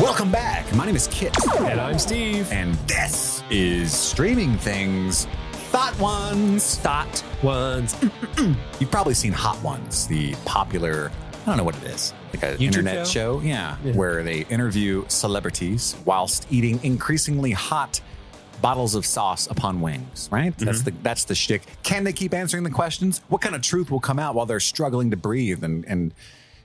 Welcome back. My name is Kit, And I'm Steve. and this is Streaming Things Thought Ones. Thought ones. You've probably seen Hot Ones, the popular, I don't know what it is, like an YouTube internet show, show? yeah, Yeah. where they interview celebrities whilst eating increasingly hot bottles of sauce upon wings, right? Mm-hmm. That's the that's the shtick. Can they keep answering the questions? What kind of truth will come out while they're struggling to breathe and and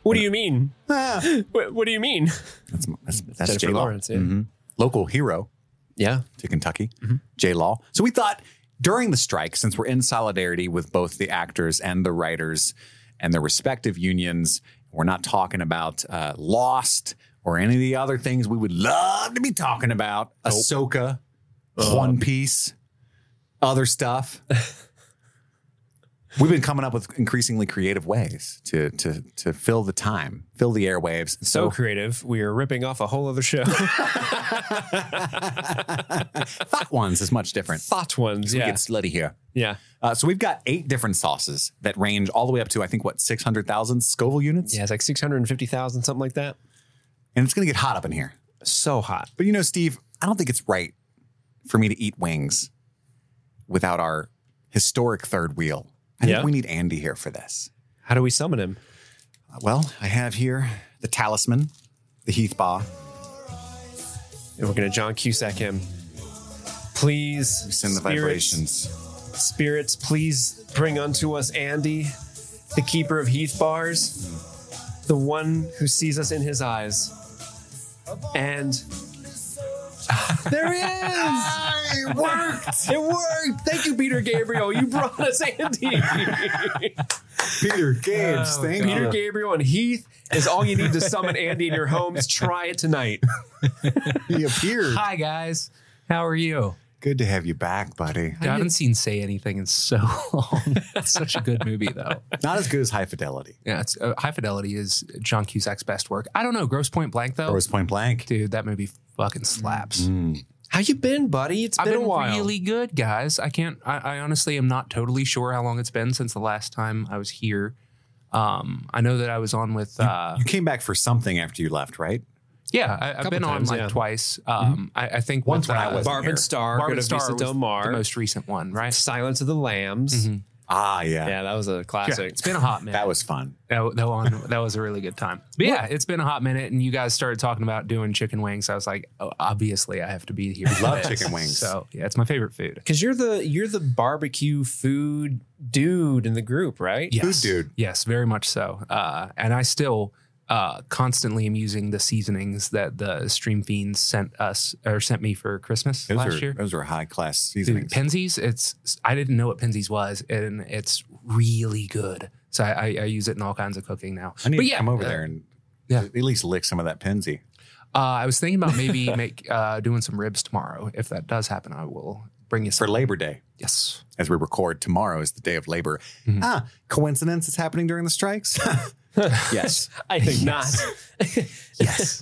What do you mean? ah, What, what do you mean? that's that's, that's Mm-hmm. Jennifer J Law. Lawrence, yeah. Local hero Yeah. to Kentucky, Mm-hmm. J Law. So we thought during the strike, since we're in solidarity with both the actors and the writers and their respective unions, we're not talking about uh, Lost or any of the other things we would love to be talking about. Ahsoka, Um, One Piece, other stuff. We've been coming up with increasingly creative ways to to to fill the time, fill the airwaves. So creative. We are ripping off a whole other show. Thought ones is much different. Thought ones. We Yeah. get slutty here. Yeah. Uh, so we've got eight different sauces that range all the way up to I think what six hundred thousand Scoville units, Yeah. It's like 650,000, something like that. and it's going to get hot up in here. So hot. But you know, Steve, I don't think it's right for me to eat wings without our historic third wheel. I Yeah. think we need Andy here for this. How do we summon him? Uh, Well, I have here the talisman, the Heath Bar. And we're going to John Cusack him. Please Send the spirits- vibrations. Spirits, please bring unto us Andy, the keeper of Heath Bars, the one who sees us in his eyes. And there he is! It worked, It worked! Thank you, Peter Gabriel. You brought us Andy. Peter Gibbs. thank Peter you. Gabriel and Heath is all you need to summon Andy in your homes. Try it tonight. He appeared. Hi guys, how are you? Good to have you back, buddy. I haven't seen Say Anything in so long. it's such a good movie though. Not as good as High Fidelity. Yeah, it's, uh, High Fidelity is John Cusack's best work. I don't know Gross Point Blank Oh. though. Or was Point Blank. Dude, that movie fucking slaps. How you been, buddy? It's I've been, been a while. really good, guys. I can't. I, I honestly am not totally sure how long it's been since the last time I was here. Um, I know that I was on with. Uh, You came back for something after you left, right? yeah, I, I've been times, on like yeah. twice. Um, I, I think Once with, when I uh, wasn't Barb here. and Star, Barb good and of Star Visa was Del the Mar, most recent one, right? Mm-hmm. Silence of the Lambs. Ah, yeah. Yeah, that was a Yeah, classic. it's been a hot minute. That was fun. That, that one that was a really good time. But yeah, it's been a hot minute, and you guys started talking about doing chicken wings. I was like, oh, obviously, I have to be here. for Love this. chicken wings. So yeah, it's my favorite food. Cause you're the you're the barbecue food dude in the group, right? Yes. dude. Yes, very much so. Uh, and I still uh, constantly am using the seasonings that the Stream Fiends sent us or sent me for Christmas Those last are year. those are high class Dude, seasonings. Penzies, it's I didn't know what Penzies was, and it's really good. So I, I, I use it in all kinds of cooking now. I need but to yeah, come over uh, there and yeah. at least lick some of that penzi. Uh, I was thinking about maybe make uh, doing some ribs tomorrow. If that does happen, I will bring you For some. Labor Day, yes. as we record tomorrow is the day of labor. Mm-hmm. Ah, coincidence it's happening during the strikes? yes. I think not. Yes.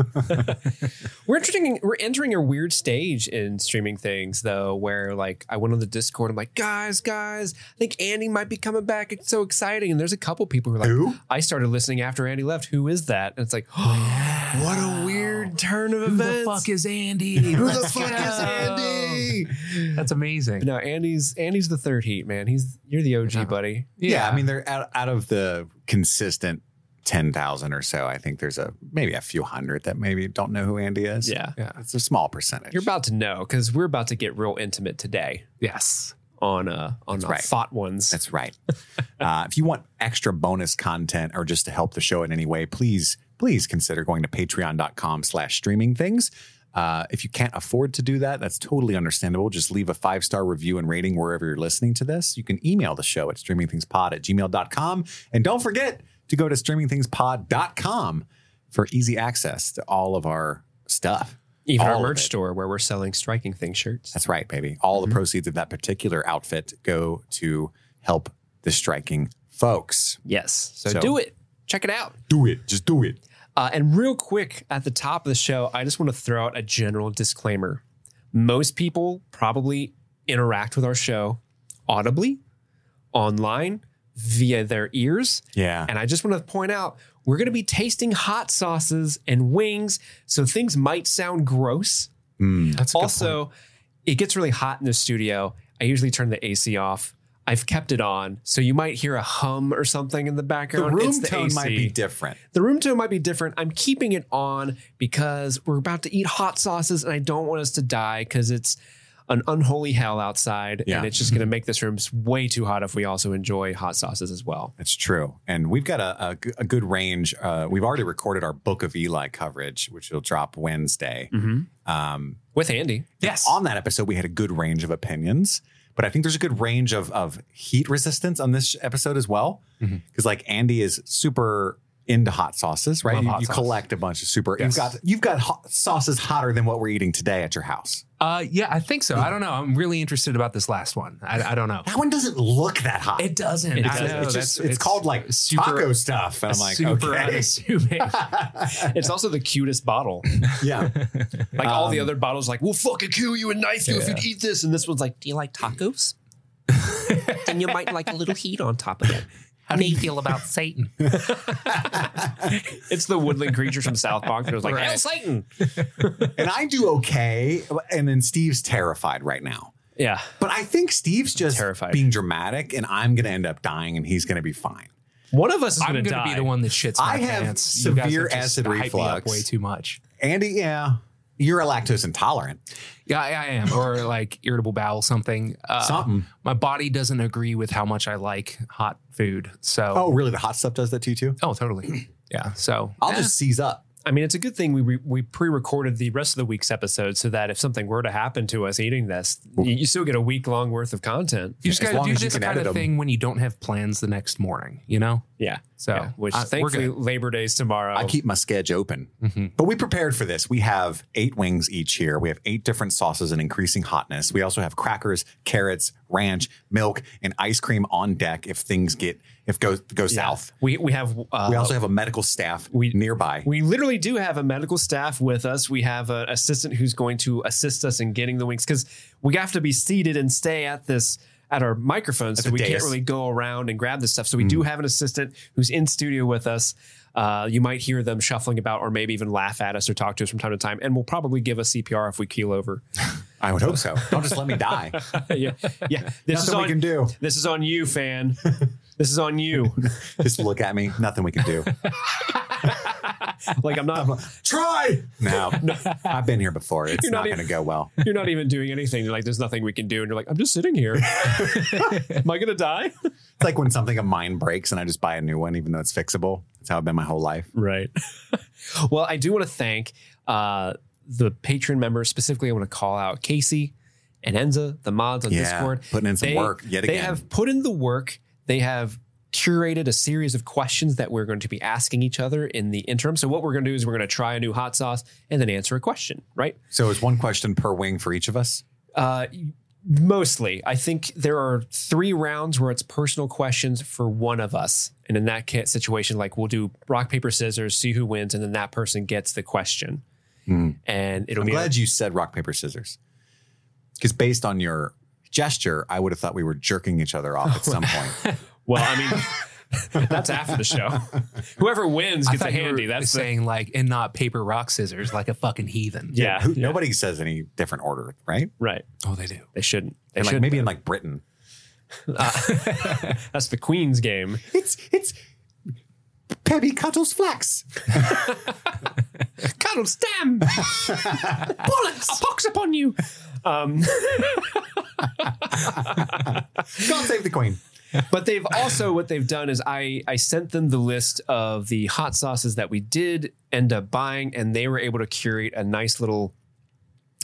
we're entering we're entering a weird stage in streaming things though, where like I went on the Discord, I'm like, guys, guys, I think Andy might be coming back. It's so exciting. And there's a couple people who are like, Who? I started listening after Andy left. Who is that? And it's like, what a weird turn of Who the events. fuck is Andy? Who the fuck is Andy? That's amazing. no, Andy's Andy's the third heat, man. He's you're the OG Yeah. buddy. Yeah. I mean they're out, out of the consistent 10,000 or so. I think there's a maybe a few hundred that maybe don't know who Andy is. Yeah. yeah. It's a small percentage. You're about to know because we're about to get real intimate today Yes. on uh on uh, right. thought ones. That's right. uh, if you want extra bonus content or just to help the show in any way, please, please consider going to patreon.com slash streaming things. Uh, if you can't afford to do that, that's totally understandable. Just leave a five star review and rating wherever you're listening to this. You can email the show at streamingthingspod at gmail.com. And don't forget to go to streamingthingspod.com for easy access to all of our stuff. Even All our of merch it. store where we're selling striking thing shirts. That's right, baby. All the proceeds of that particular outfit go to help the striking folks. Yes. So, So- do it. Check it out. Do it. Just do it. Uh, and real quick at the top of the show, I just want to throw out a general disclaimer. Most people probably interact with our show audibly, online, via their ears. Yeah. And I just want to point out We're going to be tasting hot sauces and wings, so things might sound gross. Mm. That's a good point. Also, it gets really hot in the studio. I usually turn the AC off. I've kept it on, so you might hear a hum or something in the The background. room It's the tone AC. might be different. The room tone might be different. I'm keeping it on because we're about to eat hot sauces and I don't want us to die because it's an unholy hell outside. Yeah. And it's just going to make this room s- way too hot if we also enjoy hot sauces as well. That's true. And we've got a, a g- a good range. Uh, we've already recorded our Book of Eli coverage, which will drop Wednesday. Um, With Andy. Mm-hmm. yes. on that episode, we had a good range of opinions, but I think there's a good range of, of heat resistance on this episode as well. Because, Mhm. like, Andy is super into hot sauces, right? Love You, hot you sauce. collect a bunch of super. Yes. You've got you've got hot sauces hotter than what we're eating today at your house. Uh, yeah, I think so. I don't know. I'm really interested about this last one. I, I don't know. That one doesn't look that hot. It doesn't. It I does. know. it's just That's- it's, called like super- taco stuff, and I'm like, super okay, unassuming. It's also the cutest bottle. yeah. Like all the Um, other bottles, like, we'll fucking kill you and knife you if you Yeah. eat this. And this one's like, do you like tacos? then you might like a little heat on top of it. How do you feel about Satan? It's the woodland creatures from South Park that was like, Right. "Hail Satan. and I do okay. And then Steve's terrified right now. Yeah. But I think Steve's just terrified. being dramatic, and I'm going to end up dying, and he's going to be fine. One of us is I'm going to gonna die. be the one that shits my I have pants. You guys severe have just acid hyped me up reflux. way too much. Andy, yeah, you're a lactose intolerant. Yeah, I, I am, or like irritable bowel, something. Uh, Something. My body doesn't agree with how much I like hot food. So, Oh, really? The hot stuff does that to you too? Oh, totally. Yeah. So I'll eh, just seize up. I mean, it's a good thing we re- we pre-recorded the rest of the week's episode so that if something were to happen to us eating this, you, you still get a week long worth of content. you just as gotta long do as you this can kind edit of 'em. thing when you don't have plans the next morning. You know. Yeah. So yeah. Which I- we're thankfully good. Labor Day's tomorrow. Oh. I keep my sketch open. Mhm. But we prepared for this. We have eight wings each here. We have eight different sauces and increasing hotness. We also have crackers, carrots, ranch, milk, and ice cream on deck if things get if go go Yeah. south. We we have uh, We also have a medical staff we- nearby. we literally do have a medical staff with us. We have an assistant who's going to assist us in getting the wings because we have to be seated and stay at this at our microphone, so the we can't dais. Mm. really go around and grab this stuff. So we do have an assistant who's in studio with us. Uh, you might hear them shuffling about, or maybe even laugh at us or talk to us from time to time, and we'll probably give us CPR if we keel over. I would hope so. Don't just let me die. yeah, yeah. This is Nothing on. we can do. This is on you, fan. This is on you. Just look at me. Nothing we can do. Like I'm not. Try. No, I've been here before. It's You're not not, going to go well. You're not even doing anything. You're like, there's nothing we can do, and you're like, I'm just sitting here. Am I gonna die? It's like when something of mine breaks and I just buy a new one, even though it's fixable. That's how I've been my whole life. Right. well, I do want to thank uh, the patron members. Specifically, I want to call out Casey and Enza, the mods on Discord. putting in some They- work yet They again. have put in the work. They have curated a series of questions that we're going to be asking each other in the interim. So what we're going to do is we're going to try a new hot sauce and then answer a question, right? so it's one question per wing for each of us. Uh, mostly, I think there are three rounds where it's personal questions for one of us, and in that ca- situation, like we'll do rock paper scissors, see who wins, and then that person gets the question, Hmm. and it'll I'm be glad you said rock paper scissors, because based on your gesture, I would have thought we were jerking each other off at some point. well. I mean, that's after the show. Whoever wins I gets a thought you were handy. That's the, saying like and not paper rock scissors like a fucking heathen. yeah, Who- yeah, Nobody says any different order, right? right. Oh, they do. They shouldn't. They And like should. maybe in like Britain, That's the Queen's game. it's it's Pebby Cuddles Flax. Cuddle stem. Bullets. A pox upon you. Um, God save the queen. But they've also what they've done is I I sent them the list of the hot sauces that we did end up buying, and they were able to curate a nice little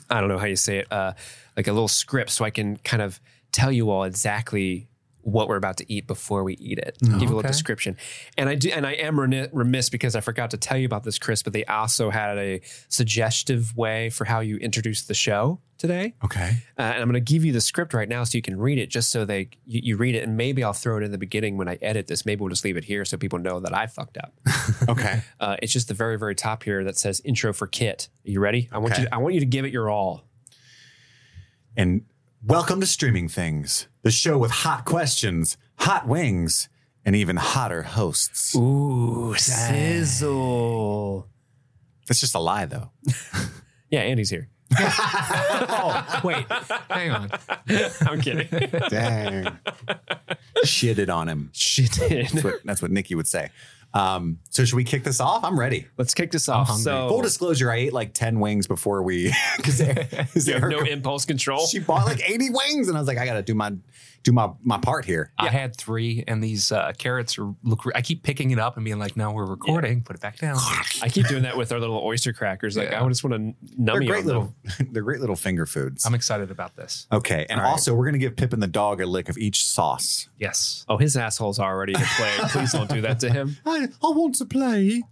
I don't know how you say it, uh, like a little script, so I can kind of tell you all exactly what we're about to eat before we eat it. Give you a little Okay. description, and I do, and I am reni- remiss because I forgot to tell you about this, Chris. But they also had a suggestive way for how you introduce the show today. Okay. Uh, and I'm going to give you the script right now so you can read it, just so they you, you read it, and maybe I'll throw it in the beginning when I edit this. Maybe we'll just leave it here so people know that I fucked up. Okay. Uh, it's just the very very top here that says intro for Kit. Are you ready? I want Okay. you. I want you to give it your all. And welcome to Streaming Things, the show with hot questions, hot wings, and even hotter hosts. Ooh, Sizzle. That's just a lie, though. Yeah, Andy's here. oh, wait, hang on. I'm kidding. Dang. Shitted on him. That's Shit. what, that's what Nikki would say. Um, so should we kick this off? I'm ready. Let's kick this off. hungry. So, Full disclosure, I ate like 10 wings before we because you have no impulse control. she bought like 80 wings and I was like, I gotta do my do my my part here. I had three, and these uh, carrots are look. I keep picking it up and being like, "No, we're recording. Put it back down." I keep doing that with our little oyster crackers. Like, Yeah. I just want to numb They're you. great on little they're great little finger foods. I'm excited about this. Okay. And All right. also we're gonna give Pippin the dog a lick of each sauce. Yes. Oh, his asshole's already to play. Please don't do that to him. I, I want to play.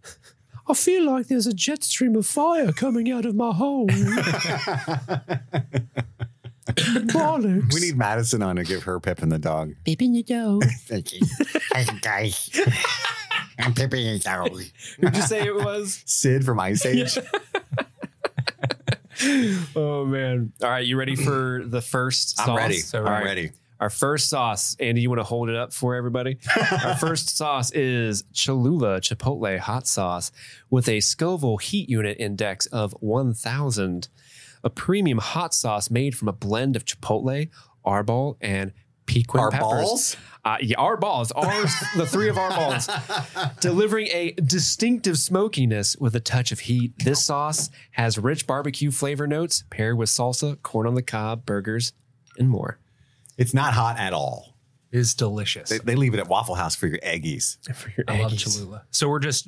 I feel like there's a jet stream of fire coming out of my hole. Bollocks. We need Madison on to give her Pippin the dog. Pippin the dog. Thank you. Thank you, guys. I'm pimping it out. Would you say it was? Sid from Ice Age. Oh man! All right, you ready for the first? I'm sauce? ready. All I'm right. ready. Our first sauce, Andy. You want to hold it up for everybody? Our first sauce is Cholula Chipotle hot sauce with a Scoville heat unit index of 1,000. A premium hot sauce made from a blend of chipotle, arbol, and piquin Our peppers. balls. Uh, yeah, our balls, ours, the three of our balls, delivering a distinctive smokiness with a touch of heat. This sauce has rich barbecue flavor notes paired with salsa, corn on the cob, burgers, and more. It's not hot at all. It is delicious. They, they leave it at Waffle House for your eggies. For your I love eggies. Cholula. So we're just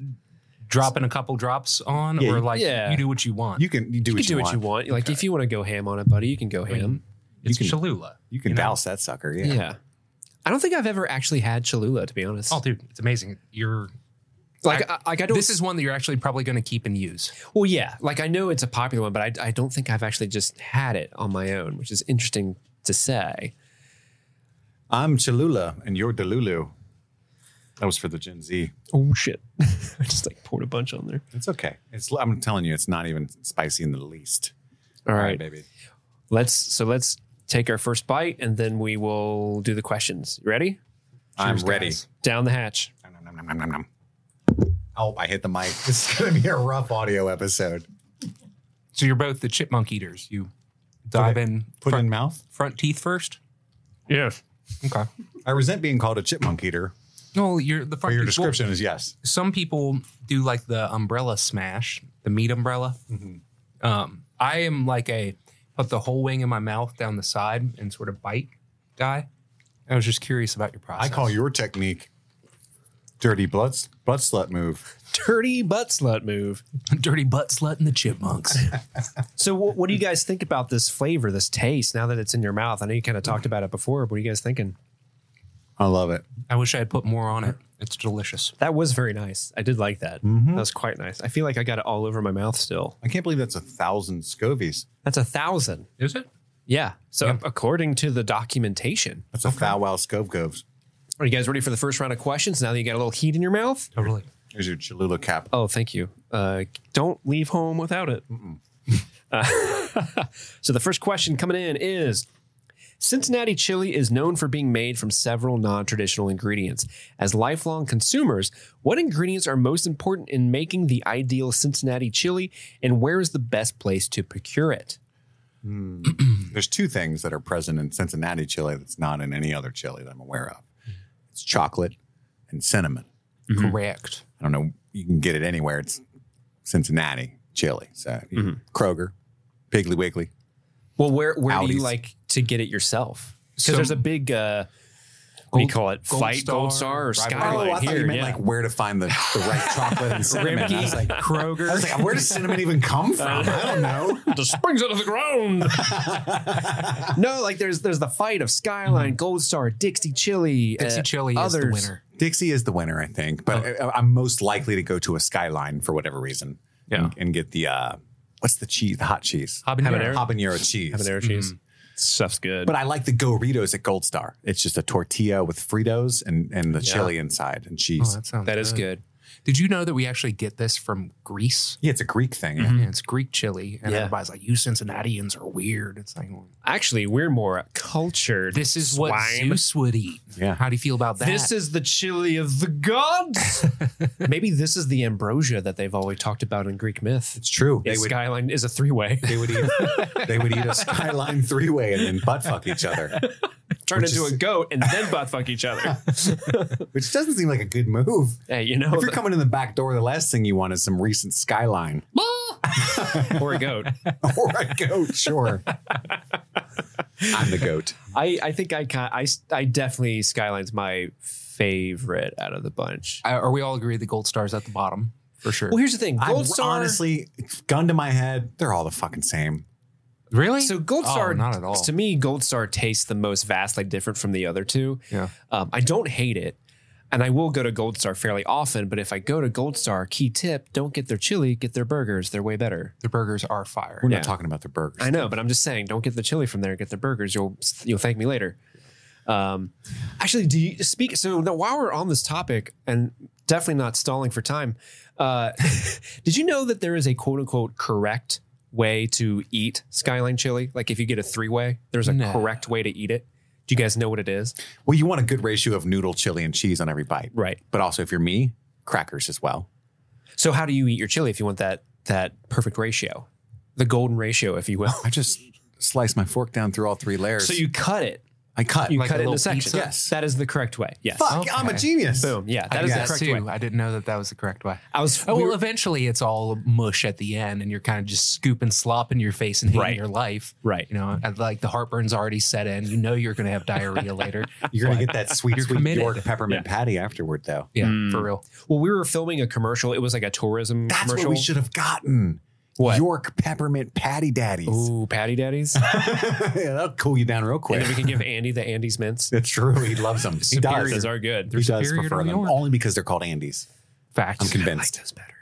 dropping a couple drops on, Yeah, or you- like yeah. you do what you want. You can you do, You what, can do you what you want. want. Like if you want to go ham on it, buddy, you can go I mean, ham. it's you can- Cholula. You can You know? douse that sucker. Yeah. Yeah. I don't think I've ever actually had Cholula, to be honest. Oh, dude, it's amazing. You're like, I, like I don't. this is one that you're actually probably going to keep and use. well, yeah. Like I know it's a popular one, but I, I don't think I've actually just had it on my own, which is interesting to say. I'm Cholula and you're Delulu. That was for the Gen Z. Oh shit! I just like poured a bunch on there. It's okay. It's I'm telling you, it's not even spicy in the least. All right, baby. let's. So let's take our first bite, and then we will do the questions. You Ready? I'm Cheers, ready. guys. Down the hatch. Nom, nom, nom, nom, nom, nom. Oh, I hit the mic. This is going to be a rough audio episode. So you're both the chipmunk eaters. You dive in Put it front, in mouth. front teeth first. Yes. Okay. I resent being called a chipmunk eater. No, you're the But front. your teeth- well, description is yes. some people do like the umbrella smash, the meat umbrella. Mm-hmm. Um, I am like a put the whole wing in my mouth down the side and sort of bite guy. I was just curious about your I process. call your technique dirty blood butt slut move. Dirty butt slut move. dirty butt slut and the chipmunks. So, what, what do you guys think about this flavor, this taste? Now that it's in your mouth, I know you kind of talked about it before. What are you guys thinking? I love it. I wish I had put more on it. It's delicious. That was very nice. I did like that. That was quite nice. I feel like I got it all over my mouth still. I can't believe that's a thousand scovies. That's a thousand. Is it? Yeah. So, according to the documentation, That's a foul wow scove goves. are you guys ready for the first round of questions? Now that you got a little heat in your mouth? Totally. Here's your Cholula cap. Oh, thank you. Uh, don't leave home without it. Uh, so the first question coming in is Cincinnati chili is known for being made from several non traditional ingredients. As lifelong consumers, what ingredients are most important in making the ideal Cincinnati chili, and where is the best place to procure it? There's two things that are present in Cincinnati chili that's not in any other chili that I'm aware of. It's chocolate and cinnamon. Correct. I don't know. You can get it anywhere. It's Cincinnati chili. So you- Mm-hmm. Kroger, Piggly Wiggly. Well, where, where do you Aldi's. like to get it yourself? Because So- there's a big, uh, what do you call it? Gold Fight, Gold Star, or Star, Rival- Oh, Skyline. I thought here, you meant yeah. like where to find the, the right chocolate and cinnamon. I was like, Kroger. I was like, where does cinnamon even come from? I don't know. the springs out of the ground. no, like there's there's the fight of Skyline, Gold Star, Dixie Chili, Mm-hmm. Dixie uh, chili is the others. winner. Oh, Dixie is the winner, I think, but I, I'm most likely to go to a Skyline for whatever reason. Yeah. And, and get the, uh, what's the cheese? The hot cheese. Habanero. Habanero cheese. Habanero Mm-hmm. cheese stuff's good. But I like the Doritos at Gold Star. It's just a tortilla with Fritos and, and the chili inside and cheese. Oh, that sounds that is good. Did you know that we actually get this from Greece? Yeah, it's a Greek thing. Yeah, it's Greek chili, and Yeah. everybody's like, "You Cincinnatians are weird." It's like, well, Actually, we're more cultured. this is what swine. Zeus would eat. Yeah. How do you feel about that? This is the chili of the gods. Maybe this is the ambrosia that they've always talked about in Greek myth. It's true. Its They would, skyline is a three-way. they would eat they would eat a skyline three way and then butt fuck each other, Turn Which into is- a goat and then butt fuck each other. which doesn't seem like a good move. hey, you know, If you're coming in the back door, the last thing you want is some recent skyline or a goat. or a goat. Sure, I'm the goat. I, I think I can I s- I definitely skyline's my favorite out of the bunch. Uh, are we all agree the gold star's at the bottom for sure? Well, here's the thing. I Gold Star honestly, gun to my head, they're all the fucking same. really? So Gold Oh, Star not at all. To me, Gold Star tastes the most vastly different from the other two. Yeah. Um, I don't hate it. And I will go to Gold Star fairly often, but if I go to Gold Star, key tip, don't get their chili, get their burgers. They're way better. the burgers are fire. We're Yeah. not talking about the burgers. I know, but I'm just saying, don't get the chili from there, get the burgers. You'll you'll thank me later. Um, actually, do you speak so now, while we're on this topic and definitely not stalling for time, uh, did you know that there is a quote unquote correct way to eat skyline chili? Like if you get a three way, there's a No. correct way to eat it. Do you guys know what it is? Well, you want a good ratio of noodle, chili, and cheese on every bite. Right. But also, if you're me, crackers as well. So how do you eat your chili if you want that that perfect ratio? The golden ratio, if you will. I just slice my fork down through all three layers. So you cut it. I cut. You Like cut a it little into sections. pizza? Yes. That is the correct way. Yes. Fuck, I'm a Okay. genius. Boom. Yeah. I That is did the that correct way. too. I didn't know that that was the correct way. I was Oh, we well, were- eventually it's all mush at the end, and you're kind of just scooping slop in your face and hating Right. your life. right. You know, and, like the heartburn's already set in. You know you're going to have diarrhea later. You're gonna get that sweet, You're sweet committed. York peppermint patty afterward, though. Yeah, Mm. for real. Well, we were filming a commercial. It was like a tourism That's commercial. what we should have gotten. What? York peppermint patty daddies. Ooh, patty daddies. yeah, that'll cool you down real and quick. then we can give Andy the Andy's mints. That's true. He loves them. He does. Superiors are good. He does superior prefer to them York. only because they're called Andes. Fact. I'm convinced. That's better.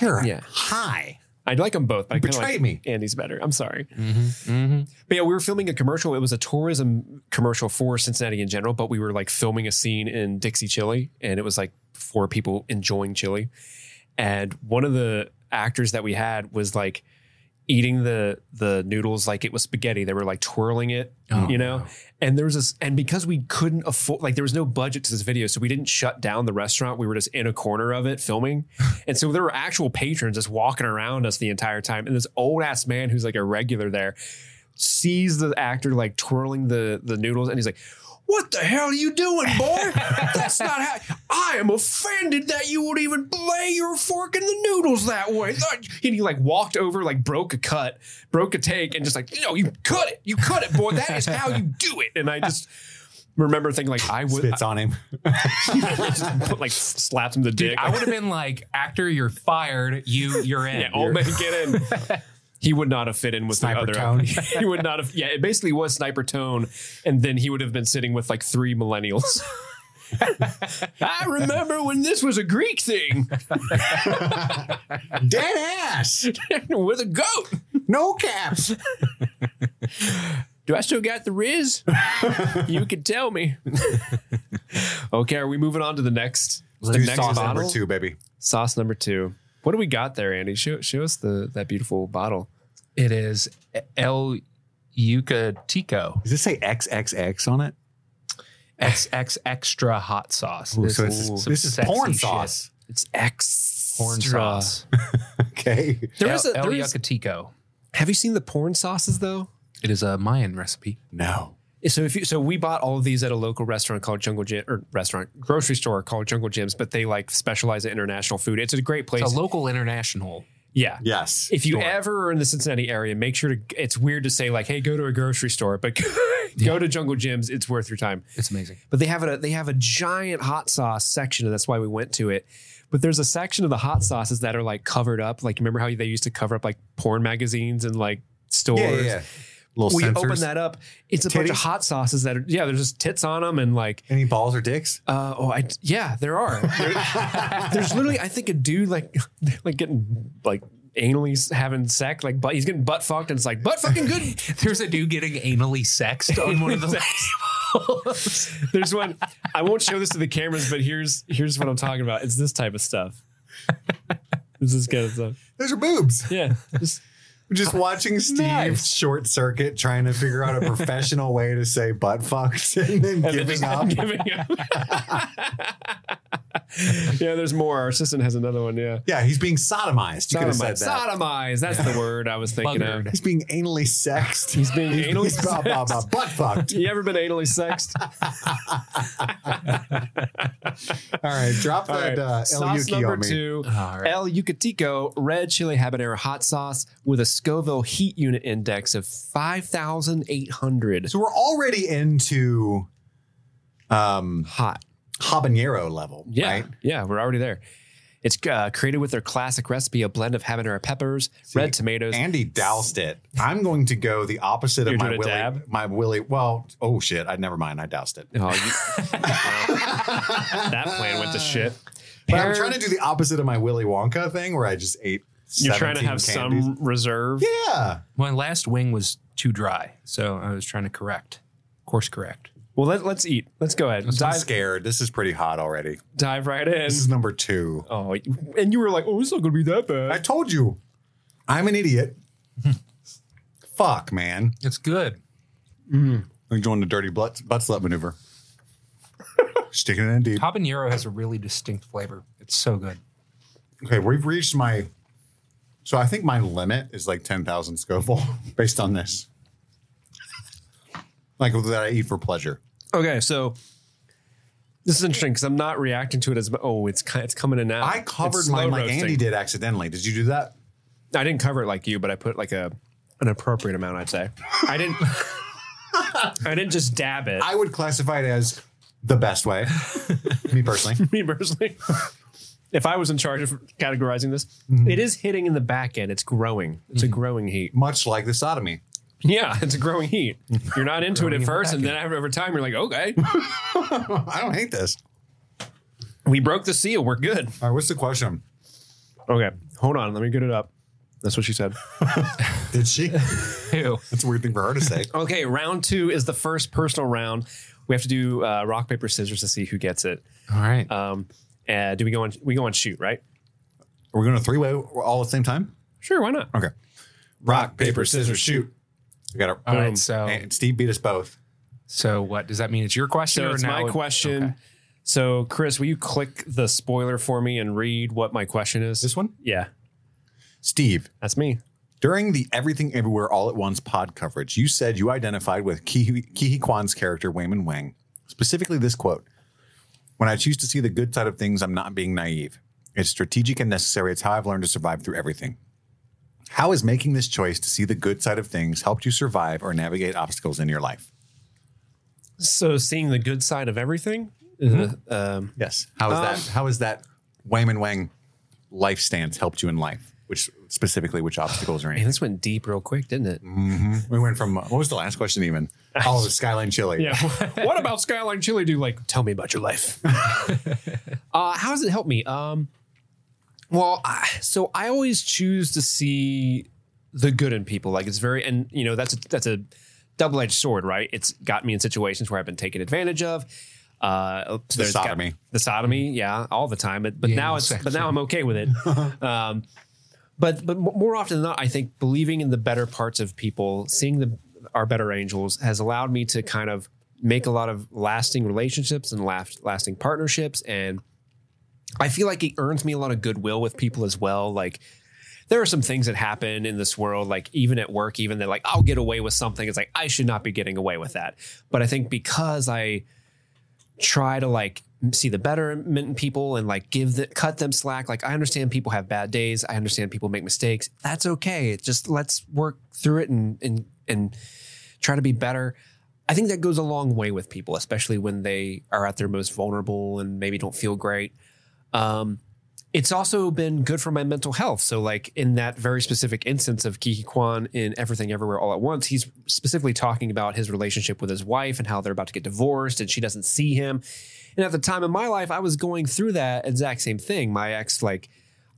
You're Yeah. high. I'd like them both. But I kinda Betrayed like me. Andy's better. I'm sorry. hmm But yeah, we were filming a commercial. It was a tourism commercial for Cincinnati in general, but we were like filming a scene in Dixie Chili, and it was like for people enjoying chili. And one of the actors that we had was like eating the the noodles like it was spaghetti. They were like twirling it, Oh, you know. no. And there was this, and because we couldn't afford, like there was no budget to this video, so we didn't shut down the restaurant. We were just in a corner of it filming, and so there were actual patrons just walking around us the entire time. And this old ass man who's like a regular there sees the actor like twirling the the noodles, and he's like. What the hell are you doing, boy? That's not how. I am offended that you would even lay your fork in the noodles that way. And he like walked over, like broke a cut, broke a take, and just like, no, you cut it, you cut it, boy. That is how you do it. And I just remember thinking, like, I would Spits on him. just put, like slapped him the dick. Dude, I would have been like, actor, you're fired. You, you're in. yeah, oh, old man, get in. He would not have fit in with Sniper the other. Tone. he would not have. Yeah, it basically was sniper tone, and then he would have been sitting with like three millennials. I remember when this was a Greek thing Dead ass. with a goat. No caps. Do I still got the Riz? you could tell me. okay, are we moving on to the next? Let's the do next Sauce bottle? number two, baby. Sauce number two. What do we got there, Andy? Show, show us the that beautiful bottle. It is El Yucateco. Does it say XXX on it? XX extra hot sauce. Ooh, This so is it's, some this is sexy porn shit. sauce. It's X Porn sauce. Okay. There El, is a El there is, Yucateco. Have you seen the porn sauces though? It is a Mayan recipe. No. So if you so we bought all of these at a local restaurant called Jungle Gym or restaurant grocery store called Jungle Gyms, but they like specialize in international food. It's a great place. It's a local international. yeah. Yes. If you store. ever are in the Cincinnati area, make sure to. It's weird to say like, "Hey, go to a grocery store," but go to Jungle Gyms. It's worth your time. It's amazing. But they have a they have a giant hot sauce section, and that's why we went to it. But there's a section of the hot sauces that are like covered up. Like remember how they used to cover up like porn magazines and like stores. yeah, yeah, yeah. Little We sensors. open that up. It's a bunch of Titties? hot sauces that are yeah. There's just tits on them and like Any balls or dicks? uh, oh I yeah there are. There- there's literally I think a dude like like getting like anally having sex like but he's getting butt fucked and it's like butt fucking good There's a dude getting anally sexed on one of the There's one. I won't show this to the cameras, but here's here's what I'm talking about. It's this type of stuff. This is kind of stuff. Those are boobs. Yeah. Just, Just watching Steve Nice. short circuit trying to figure out a professional way to say butt fucked and then and then giving just up. giving up. yeah, there's more. Our assistant has another one. Yeah. Yeah, he's being sodomized. You could have said Sodomized. that. Sodomized. That's the word I was thinking of. He's being anally sexed. He's being anally He's bu- bu- bu- sexed. butt fucked. You ever been anally sexed? All right, drop All that right. uh, El sauce Yuki number on me. two, All right. El Yucateco red chili habanero hot sauce with a Scoville heat unit index of 5,800. So we're already into um, Hot. habanero level, Yeah. right? Yeah, we're already there. It's uh, created with their classic recipe, a blend of habanero peppers, red tomatoes. Andy doused it. I'm going to go the opposite You're of my doing a Willy. dab? My Willy. Well, oh shit! I never mind. I doused it. Oh, you- that that plan went to shit. But I'm trying to do the opposite of my Willy Wonka thing, where I just ate. You're trying to 17 have candies. some reserve. Yeah. My last wing was too dry, so I was trying to correct, course correct. Well, let, let's eat. Let's go ahead. I'm Dive, scared. This is pretty hot already. dive right in. This is number two. Oh, and you were like, oh, it's not going to be that bad. I told you, I'm an idiot. Fuck, man. It's good. I'm doing the dirty butt, butt slut maneuver. Sticking it in deep. Habanero has a really distinct flavor. It's so good. Okay, we've reached my. So I think my limit is like 10,000 Scoville based on this. Like that I eat for pleasure. Okay, so this is interesting because I'm not reacting to it as oh, it's ki- it's coming in now. I It's covered slow mine like roasting. Andy did accidentally. Did you do that? I didn't cover it like you, but I put like a an appropriate amount. I'd say I didn't. I didn't just dab it. I would classify it as the best way. Me personally. me personally, if I was in charge of categorizing this, it is hitting in the back end. It's growing. It's a growing heat. Much like the sodomy. Yeah, it's a growing heat. You're not into it Growing in at the first, back and then over time, you're like, okay, I don't hate this. we broke the seal. We're good. All right, what's the question? Okay, hold on. Let me get it up. That's what she said. Did she? Ew. That's a weird thing for her to say. Okay, round two is the first personal round. We have to do uh, rock paper scissors to see who gets it. All right. Um, uh, do we go on? We go on shoot, right? Are we going to three way all at the same time? Sure, why not? Okay. Rock, paper, scissors, shoot. Oh. We got All it. Um, right. So, And Steve beat us both. so what does that mean? It's your question. So or it's now my it- question. okay. So Chris, will you click the spoiler for me and read what my question is? This one? yeah, Steve, that's me. during the Everything Everywhere All at Once pod coverage, you said you identified with Kihi Kihi Kwan's character, Wayman Wang, specifically this quote When I choose to see the good side of things, I'm not being naive. It's strategic and necessary. It's how I've learned to survive through everything. How has making this choice to see the good side of things helped you survive or navigate obstacles in your life? So seeing the good side of everything. Mm-hmm. Uh, um, Yes. How is that? How is that Wayman Wang life stance helped you in life? Which specifically, which obstacles or man, anything? this went deep real quick, didn't it? We went from what was the last question even? Oh, the skyline chili. Yeah. what about Skyline Chili? Do like tell me about your life. uh, how does it help me? Um, well, I, so I always choose to see the good in people. Like it's very, and you know that's a, that's a double edged sword, right? It's got me in situations where I've been taken advantage of. Uh, so there's got- sodomy. the sodomy, yeah, all the time. But, but Yeah, now no it's sex. but now I'm okay with it. um, but but mo- more often than not, I think believing in the better parts of people, seeing the our better angels, has allowed me to kind of make a lot of lasting relationships and last, lasting partnerships, and I feel like it earns me a lot of goodwill with people as well. Like there are some things that happen in this world, like even at work, even that like I'll get away with something. It's like I should not be getting away with that. But I think because I try to like see the betterment in people and like give the cut them slack. Like I understand people have bad days. I understand people make mistakes. That's okay. It just let's work through it and and and try to be better. I think that goes a long way with people, especially when they are at their most vulnerable and maybe don't feel great. Um, it's also been good for my mental health. So, like in that very specific instance of Kiki Kwan in Everything Everywhere All at Once, he's specifically talking about his relationship with his wife and how they're about to get divorced and she doesn't see him. And at the time in my life, I was going through that exact same thing. My ex, like,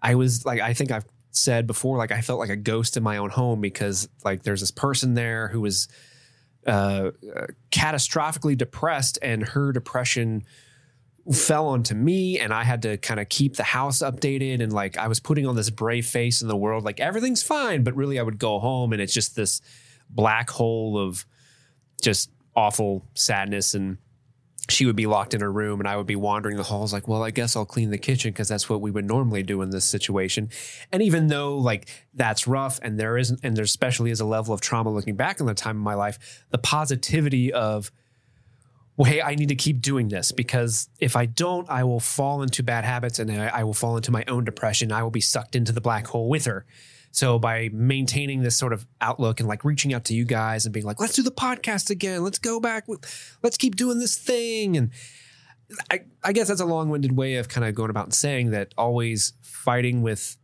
I was like, I think I've said before, like, I felt like a ghost in my own home because, like, there's this person there who was uh, uh, catastrophically depressed and her depression fell onto me and I had to kind of keep the house updated and like I was putting on this brave face in the world like everything's fine but really I would go home and it's just this black hole of just awful sadness and she would be locked in her room and I would be wandering the halls like, well, I guess I'll clean the kitchen because that's what we would normally do in this situation. And even though like that's rough and there isn't and there especially is a level of trauma looking back on the time of my life, the positivity of well, hey, I need to keep doing this because if I don't, I will fall into bad habits and I, I will fall into my own depression. I will be sucked into the black hole with her. So by maintaining this sort of outlook and like reaching out to you guys and being like, let's do the podcast again. Let's go back. Let's keep doing this thing. And I, I guess that's a long winded way of kind of going about saying that always fighting with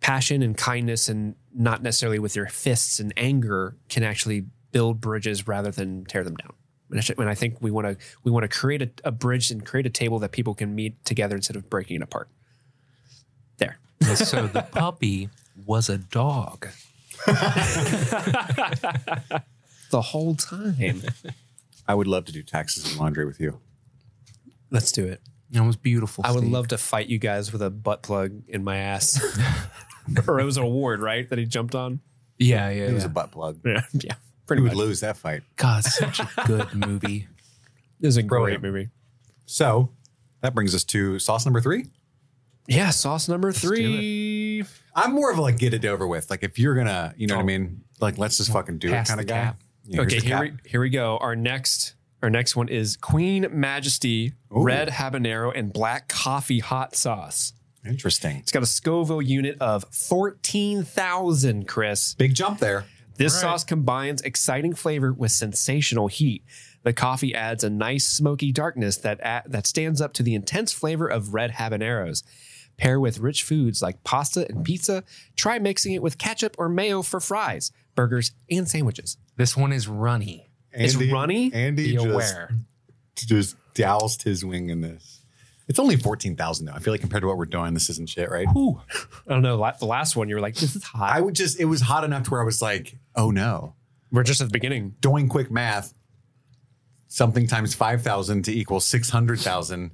passion and kindness and not necessarily with your fists and anger can actually build bridges rather than tear them down. And I sh- And I think we want to we want to create a, a bridge and create a table that people can meet together instead of breaking it apart. There. And so the puppy was a dog. The whole time. I would love to do taxes and laundry with you. Let's do it. It was beautiful. I would Steve. love to fight you guys with a butt plug in my ass. or it was a ward, right? That he jumped on. Yeah, yeah. It was yeah. a butt plug. Yeah, yeah. Pretty we would lose that fight. God, such a good movie. It was a Brilliant. great movie. So that brings us to sauce number three. Yeah, sauce number do it. three. I'm more of a like get it over with. Like if you're gonna, you know what I Oh. mean? Like let's just fucking do it Pass kind of the guy. cap. Yeah, here's okay, the here cap. we, here we go. Our next our next one is Queen Majesty Ooh. Red Habanero and Black Coffee Hot Sauce. Interesting. It's got a Scoville unit of 14,000, Chris. Big jump there. This Right. sauce combines exciting flavor with sensational heat. The coffee adds a nice smoky darkness that a- that stands up to the intense flavor of red habaneros. Pair with rich foods like pasta and pizza. Try mixing it with ketchup or mayo for fries, burgers, and sandwiches. This one is runny. It's runny? Andy Be just, aware. just doused his wing in this. It's only fourteen thousand though. I feel like compared to what we're doing, this isn't shit, right? Ooh. I don't know. la- The last one, you were like, this is hot. I would just it was hot enough to where I was like, oh no. we're just at the beginning. Doing quick math, something times five thousand to equal six hundred thousand.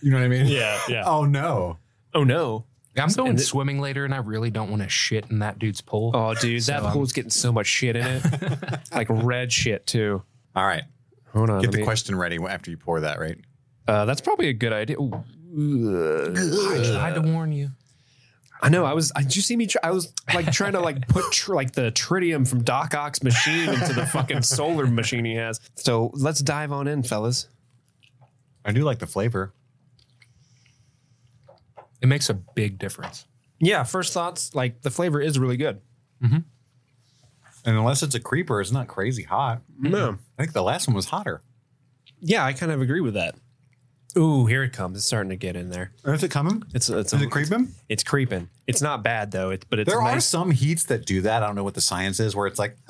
you know what I mean? Yeah, yeah. Oh no. Oh, no. I'm going and it- swimming later, and I really don't want to shit in that dude's pool. Oh, dude, that So, um, pool's getting so much shit in it. like red shit, too. All right. Hold on. Get let the me- question ready after you pour that, right? Uh, that's probably a good idea. Ooh. I tried to warn you. I know. I was. I, did you see me? Try, I was like trying to like put tr- like the tritium from Doc Ock's machine into the fucking solar machine he has. So let's dive on in, fellas. I do like the flavor. It makes a big difference. Yeah. First thoughts. Like the flavor is really good. And unless it's a creeper, it's not crazy hot. No. I think the last one was hotter. Yeah, I kind of agree with that. Ooh, here it comes. It's starting to get in there. Is it coming? It's it's Is it creeping? It's creeping. It's not bad though. It's but it's There a are nice. some heats that do that. I don't know what the science is where it's like,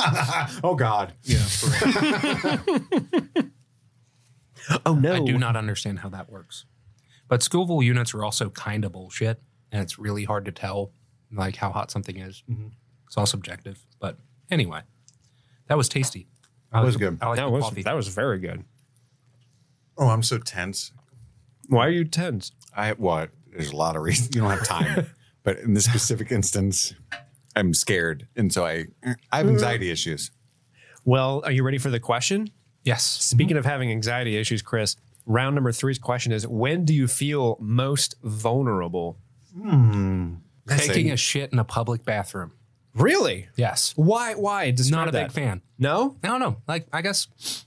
oh God. Yeah, for real. oh no. I do not understand how that works. But Scoville units are also kind of bullshit, and it's really hard to tell like how hot something is. Mm-hmm. It's all subjective. But anyway, that was tasty. I was like- good. I like That the was coffee. that was very good. Oh, I'm so tense. Why are you tense? I what? There's a lot of reasons. You don't have time. but in this specific instance, I'm scared. And so I I have anxiety issues. Well, are you ready for the question? yes. Speaking of having anxiety issues, Chris, round number three's question is when do you feel most vulnerable? Hmm. Taking a shit in a public bathroom. Really? Yes. Why why? Describe Not a big that. fan. No? I don't know. Like I guess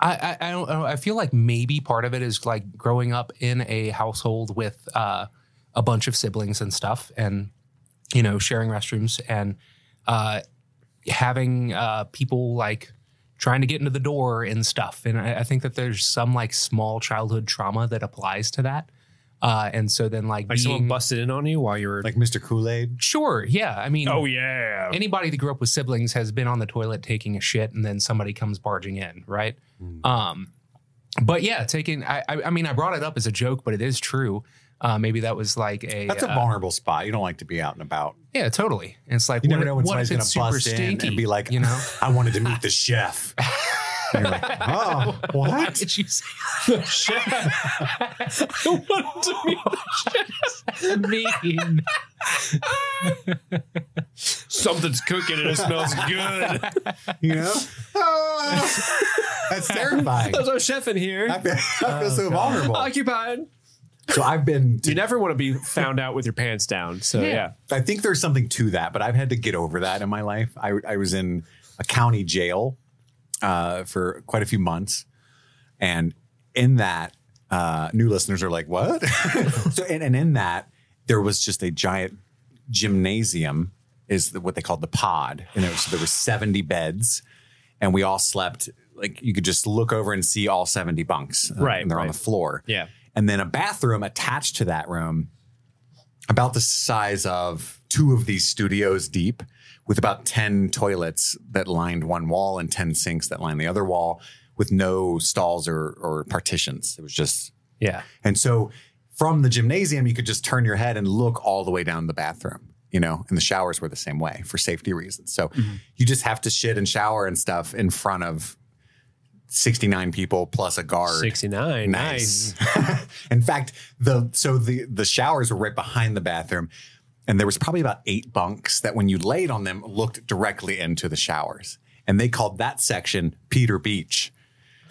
I, I I don't know. I feel like maybe part of it is like growing up in a household with uh, a bunch of siblings and stuff, and you know sharing restrooms and uh, having uh, people like trying to get into the door and stuff. And I, I think that there's some like small childhood trauma that applies to that. Uh, and so then like, Like someone being busted in on you while you were like Mr. Kool-Aid. sure, yeah. I mean, Oh, yeah. anybody that grew up with siblings has been on the toilet taking a shit and then somebody comes barging in, right? Hmm. Um, but yeah, taking, I, I, I mean, I brought it up as a joke, but it is true. Uh, maybe that was like a, That's a uh, vulnerable spot. You don't like to be out and about. yeah, totally. And it's like, You what never if- know when what if somebody's gonna it's super bust in stinky, and be like, you know, I wanted to meet the chef. And you're like, oh, Why what? did you say I wanted to be- that? mean? Something's cooking and it smells good. You know? Ah, that's terrifying. Oh, There's no chef in I here. feel, I feel so vulnerable. Occupied. So I've been You never want to be found out with your pants down. So yeah. I think there's something to that, but I've had to get over that in my life. I, I was in a county jail uh, for quite a few months. And in that, uh, new listeners are like, what? so, and, and in that, there was just a giant gymnasium, is what they called the pod. And it was, there were 70 beds, and we all slept. Like you could just look over and see all 70 bunks. uh, Right, And they're on right. the floor Yeah. and then a bathroom attached to that room about the size of two of these studios deep with about 10 toilets that lined one wall and 10 sinks that lined the other wall with no stalls or, or partitions it was just Yeah. and so from the gymnasium you could just turn your head and look all the way down the bathroom you know and the showers were the same way for safety reasons so you just have to shit and shower and stuff in front of 69 people plus a guard 69. Nice. in fact, the so the the showers were right behind the bathroom, and there was probably about eight bunks that when you laid on them looked directly into the showers, and they called that section Peter Beach,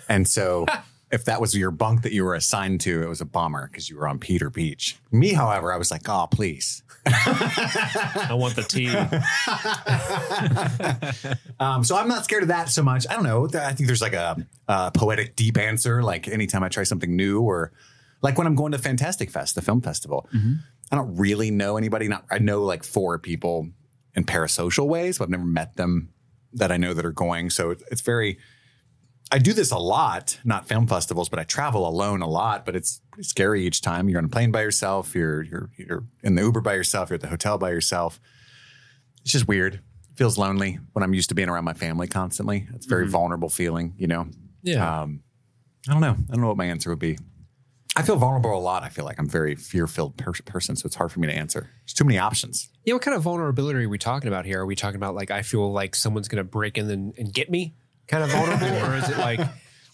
and so. If that was your bunk that you were assigned to, it was a bummer because you were on Peter Beach. Me, however, I was like, oh, please. I want the tea. Um, so I'm not scared of that so much. I don't know. Th- I think there's like a, a poetic deep answer. Like anytime I try something new, or like when I'm going to Fantastic Fest, the film festival, I don't really know anybody. Not I know like four people in parasocial ways, but I've never met them that I know that are going. So it, it's very. I do this a lot, not film festivals, but I travel alone a lot. But it's pretty scary each time. You're on a plane by yourself. You're you're you're in the Uber by yourself. You're at the hotel by yourself it's just weird. feels lonely when I'm used to being around my family constantly. It's a very vulnerable feeling, you know. Mm-hmm. Yeah. Um, I don't know. I don't know what my answer would be. I feel vulnerable a lot. I feel like I'm a very fear filled per- person, so it's hard for me to answer. There's too many options. yeah. What kind of vulnerability are we talking about here? Are we talking about like, I feel like someone's going to break in and, and get me kind of vulnerable? or is it like,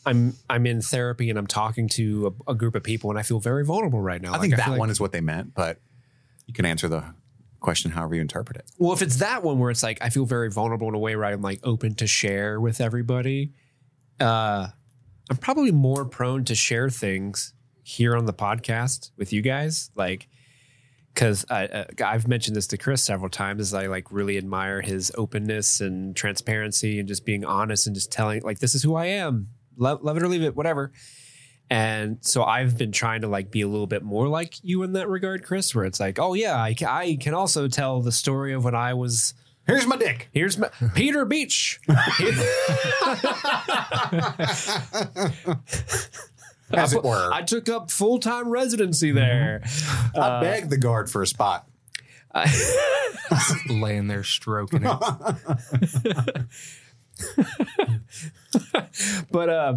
I'm I'm in therapy and I'm talking to a, a group of people and I feel very vulnerable right now. I think that one is what they meant, but you can answer the question however you interpret it. Well, if it's that one where it's like I feel very vulnerable in a way where I'm like open to share with everybody, uh, I'm probably more prone to share things here on the podcast with you guys, like because uh, I've mentioned this to Chris several times. Is I like really admire his openness and transparency and just being honest and just telling like this is who I am, love, love it or leave it, whatever. And so I've been trying to like be a little bit more like you in that regard, Chris, where it's like, oh yeah, I, ca- I can also tell the story of when I was. Here's my dick. Here's my, Peter Beach. As it Mm-hmm. were. I uh, took up full time residency there. I begged the guard for a spot. Laying there stroking it. but uh,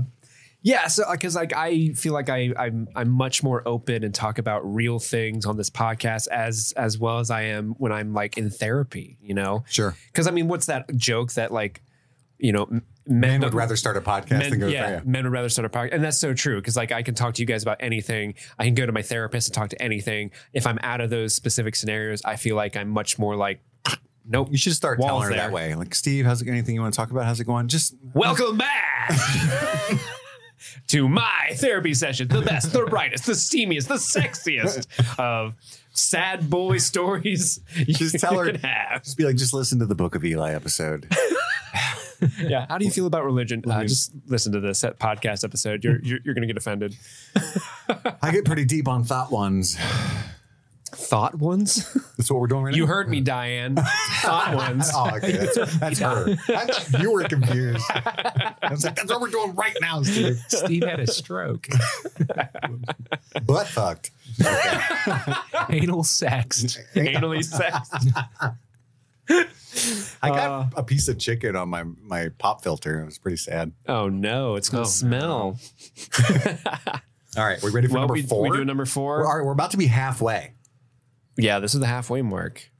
yeah, so because like I feel like I I'm I'm much more open and talk about real things on this podcast as as well as I am when I'm like in therapy, you know. Sure. Because I mean, what's that joke that like, you know, m- men, Men would rather start a podcast than men, go to yeah, therapy. men would rather start a podcast, and that's so true. Because like, I can talk to you guys about anything. I can go to my therapist and talk to anything. If I'm out of those specific scenarios, I feel like I'm much more like, nope. You should start Walls telling her there. that way. Like, Steve, how's it anything you want to talk about? How's it going? Just Welcome back to my therapy session. The best, the brightest, the steamiest, the sexiest of sad boy stories. You Just tell her- can have. be like, just listen to the Book of Eli episode. Yeah. How do you feel about religion? Uh, Religion. just listen to this podcast episode. You're you're, you're going to get offended. I get pretty deep on thought ones. Thought ones. That's what we're doing right You now. heard me, Diane. Thought ones. Oh, okay. That's, that's her. I thought you were confused. I was like, that's what we're doing right now, Steve. Steve had a stroke. Butt fucked. Anal sexed. Anally sexed. I Uh, got a piece of chicken on my my pop filter. It was pretty sad. Oh no, it's going Oh, to smell. All right, we ready for Well, number we, four? we do number We're- four. all right, we're about to be halfway. yeah, this is the halfway mark.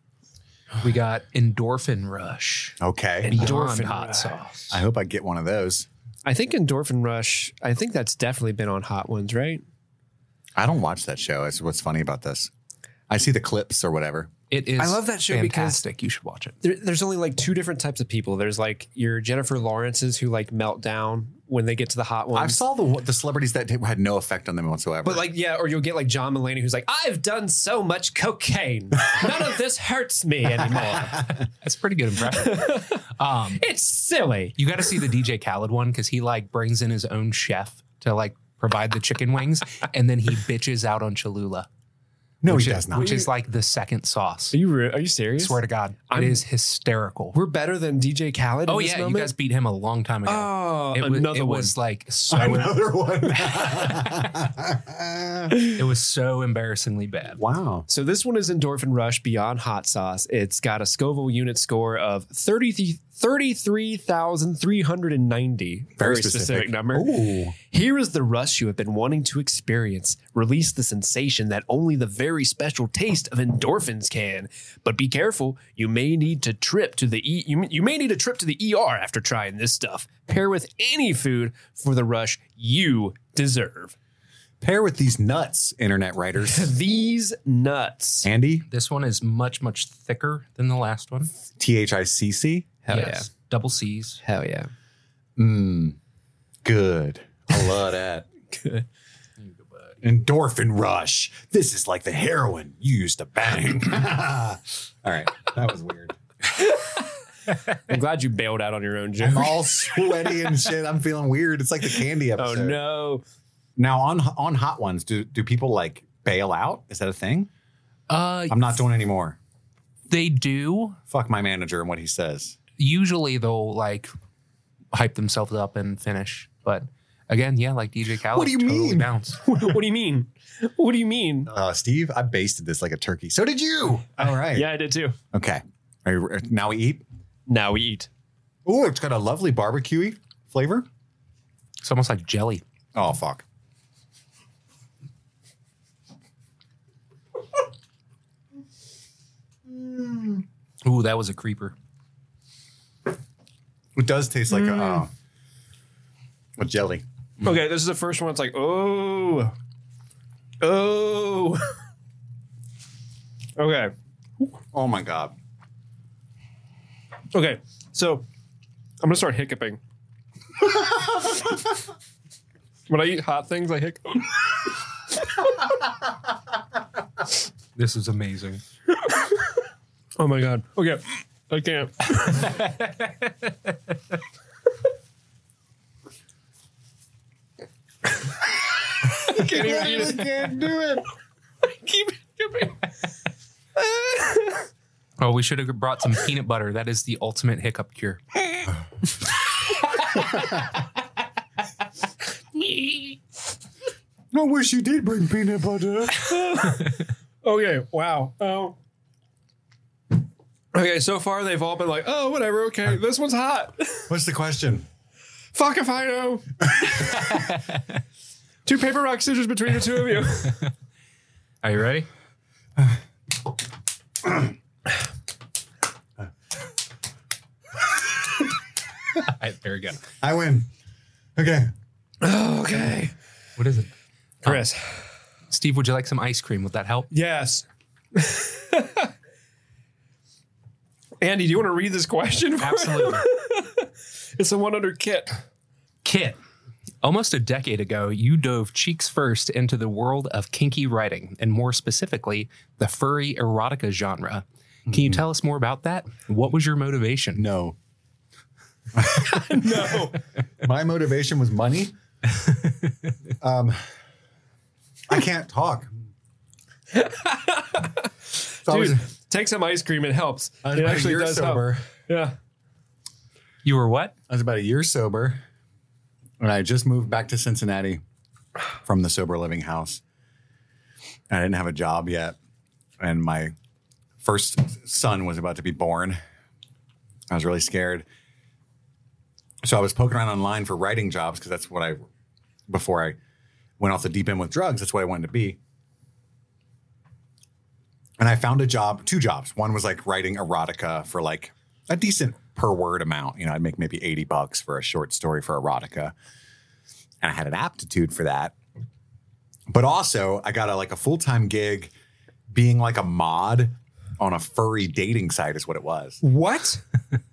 We got endorphin rush. Okay. Beyond Endorphin hot rush. sauce. I hope I get one of those. I think Endorphin Rush, I think that's definitely been on Hot Ones, right? I don't watch that show. It's what's funny about this. I see the clips or whatever. It is. I love that show because- fantastic. you should watch it. There, there's only like two different types of people. There's like your Jennifer Lawrence's who like melt down when they get to the Hot Ones. I saw the the celebrities that had no effect on them whatsoever. But like, yeah, or you'll get like John Mulaney, who's like, "I've done so much cocaine, none of this hurts me anymore. That's a pretty good impression. um, It's silly." you got to see the DJ Khaled one because he like brings in his own chef to like provide the chicken wings, and then he bitches out on Cholula, no, which he is- does not. which is like the second sauce. you re- are you serious? swear to God, I'm- it is hysterical. we're better than DJ Khaled. Oh in this yeah, moment? you guys beat him a long time ago. Oh, it was, another it one. was like so. Another one. It was so embarrassingly bad. wow. so this one is Endorphin Rush Beyond Hot Sauce. It's got a Scoville unit score of 30, 33,390. Very, specific. number. Ooh. Here is the rush you have been wanting to experience. Release the sensation that only the very special taste of endorphins can. But be careful, you may need to trip to the e- you, you may need a trip to the ER after trying this stuff. Pair with any food for the rush you deserve. Pair with these nuts, internet writers. These nuts. Andy, This one is much much thicker than the last one. T H I C C. Hell double C's. yeah. Hell yeah. Mmm. Good. I love that. Good. Endorphin rush. This is like the heroin you used to bang. All right. That was weird. I'm glad you bailed out on your own I'm joke. all sweaty and shit. I'm feeling weird. It's like the candy Oh episode. no. Now on on hot ones, do do people like bail out? Is that a thing? Uh, I'm not doing anymore. they do. Fuck my manager and what he says. Usually they'll like hype themselves up and finish. But again, yeah, like DJ Khaled. do you totally mean? Bounce. what do you mean? What do you mean? Uh, Steve, I basted this like a turkey. So did you? All right. Yeah, I did too. Okay. Are you, now we eat. Now we eat. Oh, it's got a lovely barbecuey flavor. It's almost like jelly. Oh fuck. Ooh, that was a creeper. It does taste like a, Mm. uh, a jelly. Okay, this is the first one. It's like, oh, oh. okay, Oh my god. okay. So I'm gonna start hiccuping. when I eat hot things, I hiccup. This is amazing. Oh my god. Okay, I can't. I can't even eat it. can't do it. Keep hiccuping. Oh, we should have brought some peanut butter. That is the ultimate hiccup cure. I wish you did bring peanut butter. Okay, wow. Oh. Okay, so far they've all been like, oh, whatever, okay, this one's hot. What's the question? Fuck if I know. Um, two paper, rock, scissors between the two of you. Are you ready? All right, there we go. I win. Okay. okay. What is it? Chris. Steve, would you like some ice cream? Would that help? Yes. Andy, do you want to read this question? for us? Absolutely. It's the one under Kit. Kit, almost a decade ago, you dove cheeks first into the world of kinky writing, and more specifically, the furry erotica genre. Can you tell us more about that? What was your motivation? No. No. My motivation was money. um, I can't talk. So I was- Dude, take some ice cream. It helps. I was It about a actually year does help. sober. Yeah. You were what? I was about a year sober, and I just moved back to Cincinnati from the sober living house. And I didn't have a job yet, and my first son was about to be born. I was really scared, so I was poking around online for writing jobs because that's what I before I went off the deep end with drugs. That's what I wanted to be. And I found a job, two jobs. One was like writing erotica for like a decent per word amount. You know, I'd make maybe 80 bucks for a short story for erotica. And I had an aptitude for that. But also, I got a, like a full time gig being like a mod on a furry dating site, is what it was. What?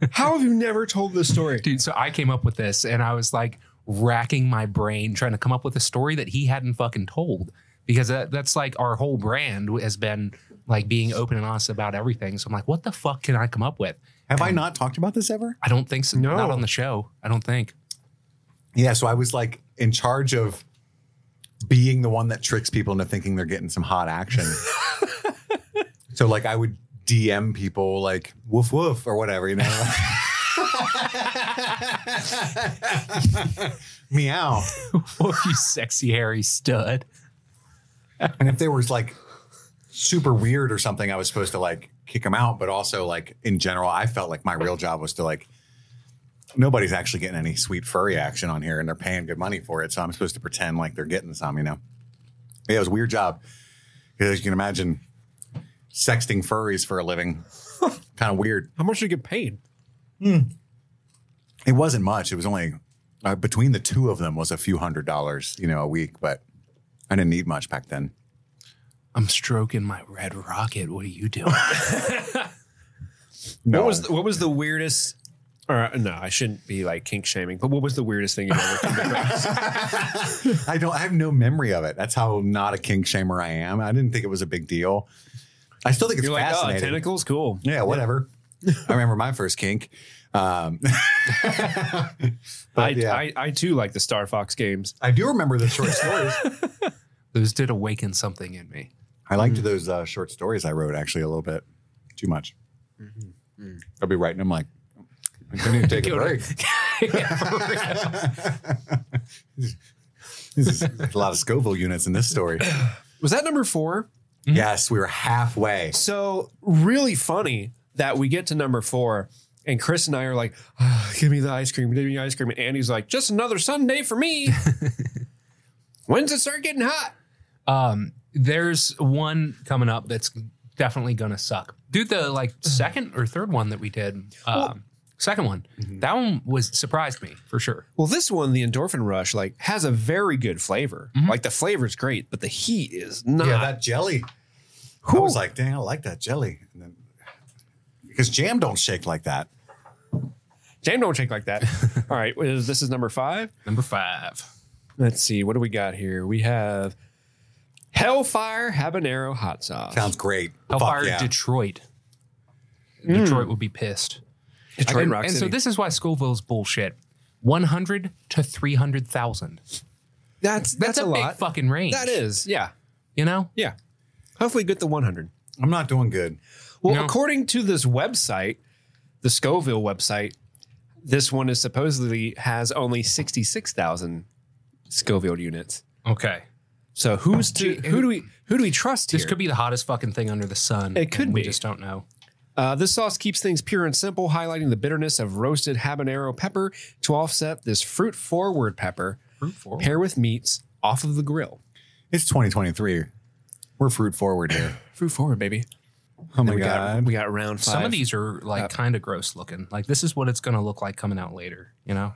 How have you never told this story? Dude, so I came up with this and I was like racking my brain trying to come up with a story that he hadn't fucking told because that, that's like our whole brand has been like being open and honest about everything. So I'm like, what the fuck can I come up with? Have I not talked about this ever? I don't think so. No. Not on the show. I don't think. Yeah, so I was like in charge of being the one that tricks people into thinking they're getting some hot action. so like I would DM people like woof woof or whatever, you know. Meow. Woof, you sexy hairy stud. And if they were like super weird or something, I was supposed to like kick them out. But also, like in general, I felt like my real job was to like nobody's actually getting any sweet furry action on here, and they're paying good money for it. So I'm supposed to pretend like they're getting some, you know? Yeah, it was a weird job. 'Cause As you can imagine, sexting furries for a living, kind of weird. How much do you get paid? It wasn't much. It was only uh, between the two of them was a few hundred dollars, you know, a week. But I didn't eat much back then. I'm stroking my red rocket. What are you doing? No. What was the, what was the weirdest? Or uh, no, I shouldn't be like kink shaming. But what was the weirdest thing you ever? come across? I don't. I have no memory of it. That's how not a king shamer I am. I didn't think it was a big deal. I still think it's You're like, oh, fascinating. tentacles, cool. yeah, whatever. I remember my first kink. Um, I, But, yeah. I I too like the Star Fox games. I do remember the short stories. Those did awaken something in me. I liked Mm. those uh, short stories I wrote actually a little bit too much. I'll be writing them like, I couldn't even take a Go to- break. This is a lot of Scoville units in this story. Was that number four? yes, we were halfway. So really funny that we get to number four, and Chris and I are like, "Ah, "Give me the ice cream, give me the ice cream," and Andy's like, "Just another Sunday for me." When's it start getting hot? Um, there's one coming up that's definitely gonna suck. Dude, the like second or third one that we did, um, second one, Mm-hmm. that one was surprised me for sure. Well, this one, the endorphin rush, like has a very good flavor. Like the flavor's great, but the heat is not. Yeah, that jelly. I was like, dang, I like that jelly. And then, because jam don't shake like that. Jam don't shake like that. All right, well, this is number five. Number five. Let's see, what do we got here? We have Hellfire Habanero Hot Sauce. Sounds great. Hellfire Fuck yeah. Detroit. Detroit would be pissed. Hmm. Detroit and, Rock and so City. this is why Scoville's bullshit. One hundred to three hundred thousand. that's, that's, That's, a, a, big lot. fucking range. That is, yeah, you know. yeah. Hopefully, get the 100. I'm not doing good. Well, No. according to this website, the Scoville website, this one is supposedly has only 66,000 Scoville units. Okay. So who's to Gee, who do we who do we trust This here? could be the hottest fucking thing under the sun. It could and We be. just don't know. Uh, this sauce keeps things pure and simple, highlighting the bitterness of roasted habanero pepper to offset this fruit forward pepper. Fruit forward. Pair with meats off of the grill. It's 2023. We're fruit forward here. Fruit forward, baby. Oh my we got god. we got round five. Some of these are like Uh, kind of gross looking. Like this is what it's going to look like coming out later. You know,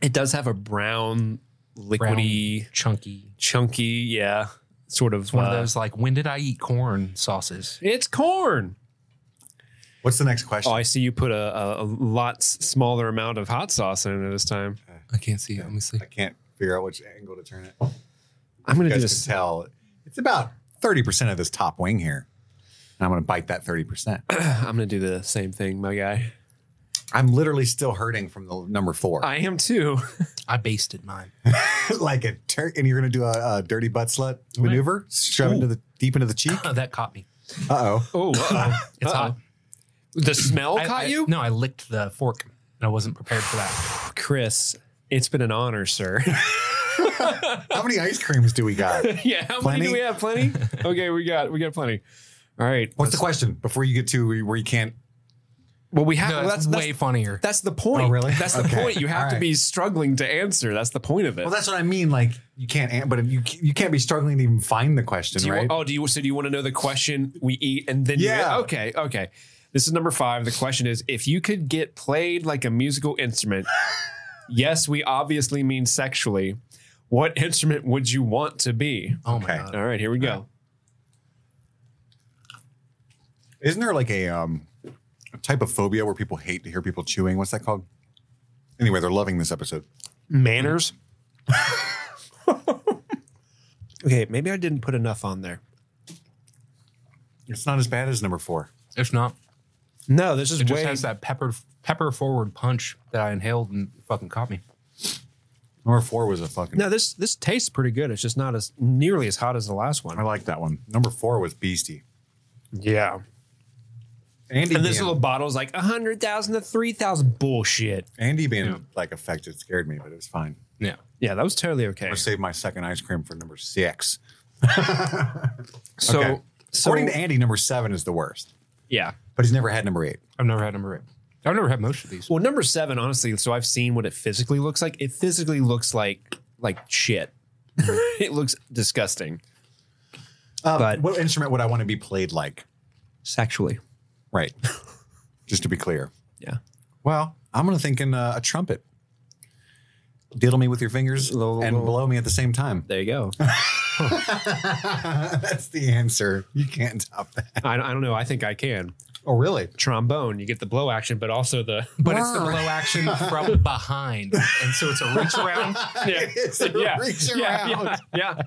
it does have a brown, liquidy, chunky. chunky, yeah, sort of It's one of uh, those like when did I eat corn sauces? It's corn. What's the next Oh, question? I see you put a, a, a lot s- smaller amount of hot sauce in it this time. I can't see it. Let me see. I can't figure out which angle to turn it. I'm gonna You do guys this. can tell. It's about 30% of this top wing here. And I'm gonna bite that 30%. I'm gonna do the same thing, my guy. I'm literally still hurting from the number four. I am too. I basted mine. like a turn and you're gonna do a, a dirty butt slut maneuver, shove into the deep into the cheek. Oh, that caught me. Uh oh. Oh, It's hot. the smell I- Oh, caught I- you, No, I licked the fork and I wasn't prepared for that. Chris. It's been an honor, sir. How many ice creams do we got? yeah, how many Plenty? do we have? Plenty. okay, we got we got plenty. All right. What's the question before you get to where you- where you can't? Well, we have. No, well, that's, that's, that's way funnier. that's the point. Oh, really? That's the Okay. point. You have All to right. be struggling to answer. That's the point of it. Well, that's what I mean. Like you can't, an- but you you can't be struggling to even find the question, Do you right? want, oh, do you so do you want to know the question we eat and then Yeah. You, okay, okay. This is number five. The question is if you could get played like a musical instrument, yes, we obviously mean sexually, what instrument would you want to be? Oh Okay. my god. All right, here we go. Isn't there like a um, type of phobia where people hate to hear people chewing? What's that called? Anyway, they're loving this episode. Manners. okay, maybe I didn't put enough on there. It's not as bad as number four. If not, No, this is it way. just has that pepper pepper forward punch that I inhaled and fucking caught me. Number four was a fucking. no, this this tastes pretty good. It's just not as nearly as hot as the last I one. like that one. Number four was beastie. Yeah. Andy, And this being, little bottle's like a hundred thousand to three thousand bullshit. Andy being Yeah. like affected scared me, but it was fine. Yeah. Yeah, that was totally okay. I saved my second ice cream for number six. So, Okay. so According to Andy, number seven is the worst, yeah. but he's never had number eight. I've never had number eight. I've never had most of these. Well, number seven, honestly. So I've seen what it physically looks like. It physically looks like like shit. it looks disgusting Um, But- what instrument would I want to be played like? sexually. Right. Just to be clear. Yeah. Well, I'm going to think in uh, a trumpet. Diddle me with your fingers Little- and little- blow me at the same time. There you go. That's the answer. You can't top that. I, I don't know. I think I can. Oh, really? Trombone, you get the blow action, but also the But it's the blow action from behind. And so it's a reach around. yeah, It's a reach yeah, around. yeah, yeah.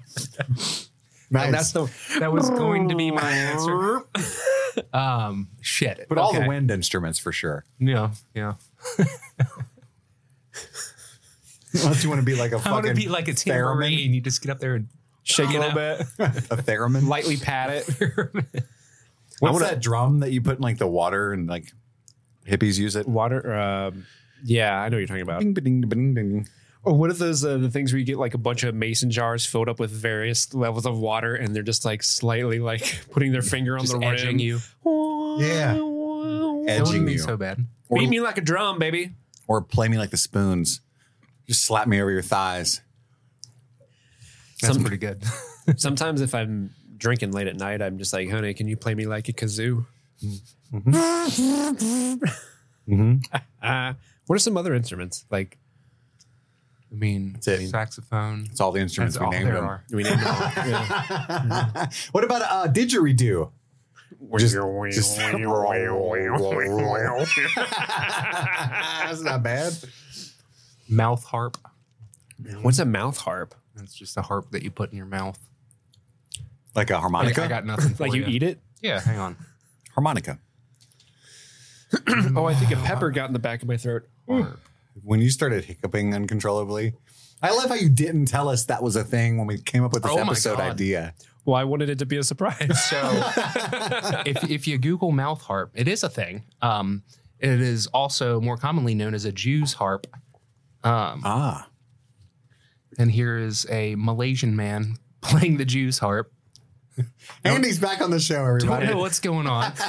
Nice. That's the That was going to be my answer. Um shit. but all the okay. wind instruments for sure. Yeah, yeah. Unless you want to be like a I want to fucking be like a theremin, tambourine. You just get up there and shake it a You little bit, a theremin. lightly pat it. What's wanna- that drum that you put in like the water and like hippies use it? Water. Um, yeah, I know what you're talking about. Bing, bing, bing, bing. Or what are those uh, the things where you get like a bunch of mason jars filled up with various levels of water, and they're just like slightly like putting their finger on just the edging rim. you. Yeah. Yeah. That Edging wouldn't be you. so bad. Or- Beat me like a drum, baby. or play me like the spoons. Just slap me over your thighs. That's Some- pretty good. Sometimes if I'm drinking late at night, I'm just like, honey, can you play me like a kazoo? Mm-hmm. Uh, what are some other instruments? Like, I mean, That's it. saxophone. It's all the instruments That's all we named there them. are. do we name them all? what about uh, didgeridoo? Just- just- That's not bad. Mouth harp. What's a mouth harp? That's just a harp that you put in your mouth. Like a I, harmonica. I got nothing. For Like you ya. eat it? Yeah, hang on. harmonica. Oh, I think a pepper got in the back of my throat. Harp. When you started hiccuping uncontrollably, I love how you didn't tell us that was a thing when we came up with this Oh my episode God. idea. Well, I wanted it to be a surprise. So Oh. if, if you Google mouth harp, it is a thing. Um, it is also more commonly known as a Jew's harp. Um, Ah, and here is a Malaysian man playing the Jew's harp. Andy's back on the show, Don't everybody. know what's going on.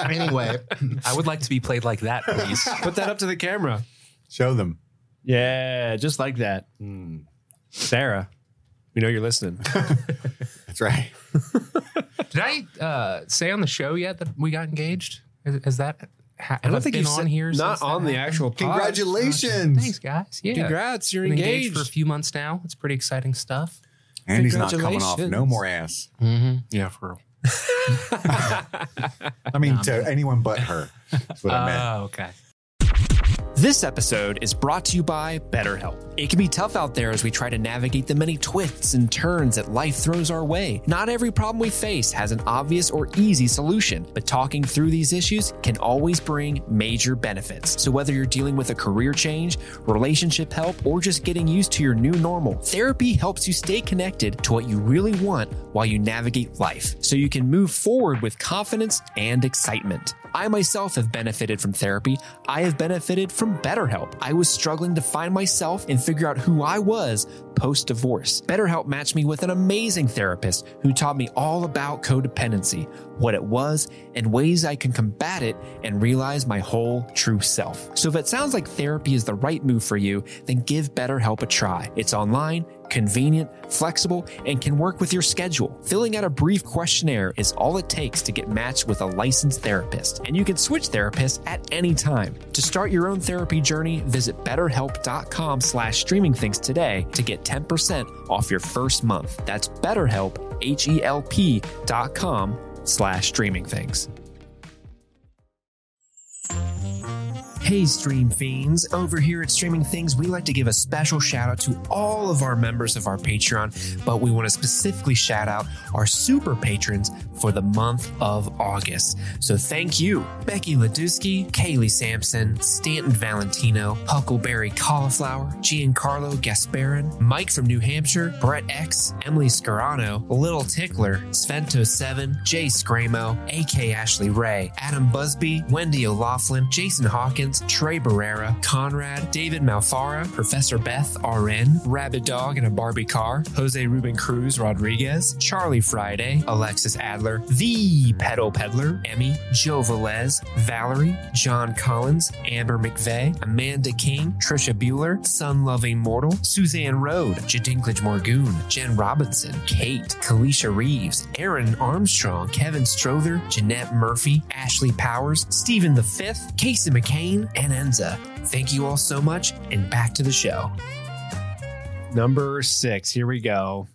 anyway, I would like to be played like that, please. Put that up to the camera. Show them. Yeah, just like that. Sarah, we know you're listening. That's right. Did I uh, say on the show yet that we got engaged? Is, is that ha- I have don't think been you've on said- here? Not since that on the happened? actual pod. Congratulations. Thanks, guys. Yeah, Congrats, you're Been engaged. engaged. for a few months now. It's pretty exciting stuff. Andy's not coming off. No Congratulations. more ass. Mm-hmm. Yeah, for real. I mean, to anyone but her. That's what I meant. Uh, okay. This episode is brought to you by BetterHelp. It can be tough out there as we try to navigate the many twists and turns that life throws our way. Not every problem we face has an obvious or easy solution, but talking through these issues can always bring major benefits. So, whether you're dealing with a career change, relationship help, or just getting used to your new normal, therapy helps you stay connected to what you really want while you navigate life so you can move forward with confidence and excitement. I myself have benefited from therapy. I have benefited from BetterHelp. I was struggling to find myself and figure out who I was post divorce. BetterHelp matched me with an amazing therapist who taught me all about codependency, what it was, and ways I can combat it and realize my whole true self. So if it sounds like therapy is the right move for you, then give BetterHelp a try. It's online convenient, flexible, and can work with your schedule. Filling out a brief questionnaire is all it takes to get matched with a licensed therapist, and you can switch therapists at any time. To start your own therapy journey, visit betterhelp.com slash streaming things today to get 10% off your first month. That's betterhelp, H-E-L-P dot com slash streaming things. Hey, Stream Fiends. Over here at Streaming Things, we like to give a special shout out to all of our members of our Patreon, but we want to specifically shout out our super patrons for the month of August. So thank you, Becky Ladusky, Kaylee Sampson, Stanton Valentino, Huckleberry Cauliflower, Giancarlo Gasparin, Mike from New Hampshire, Brett X, Emily Scarano, Little Tickler, Svento7, Jay Scramo, AK Ashley Ray, Adam Busby, Wendy O'Laughlin, Jason Hawkins, Trey Barrera, Conrad, David Malfara, Professor Beth RN, Rabbit Dog in a Barbie Car, Jose Ruben Cruz Rodriguez, Charlie Friday, Alexis Adler, The Pedal Peddler, Emmy, Joe Velez, Valerie, John Collins, Amber McVeigh, Amanda King, Trisha Bueller, Sun Loving Mortal, Suzanne Rode, Jadinklage Morgoon, Jen Robinson, Kate, Kalisha Reeves, Aaron Armstrong, Kevin Strother, Jeanette Murphy, Ashley Powers, Stephen V, Casey McCain, and Enza. Thank you all so much, and back to the show. Number six. Here we go.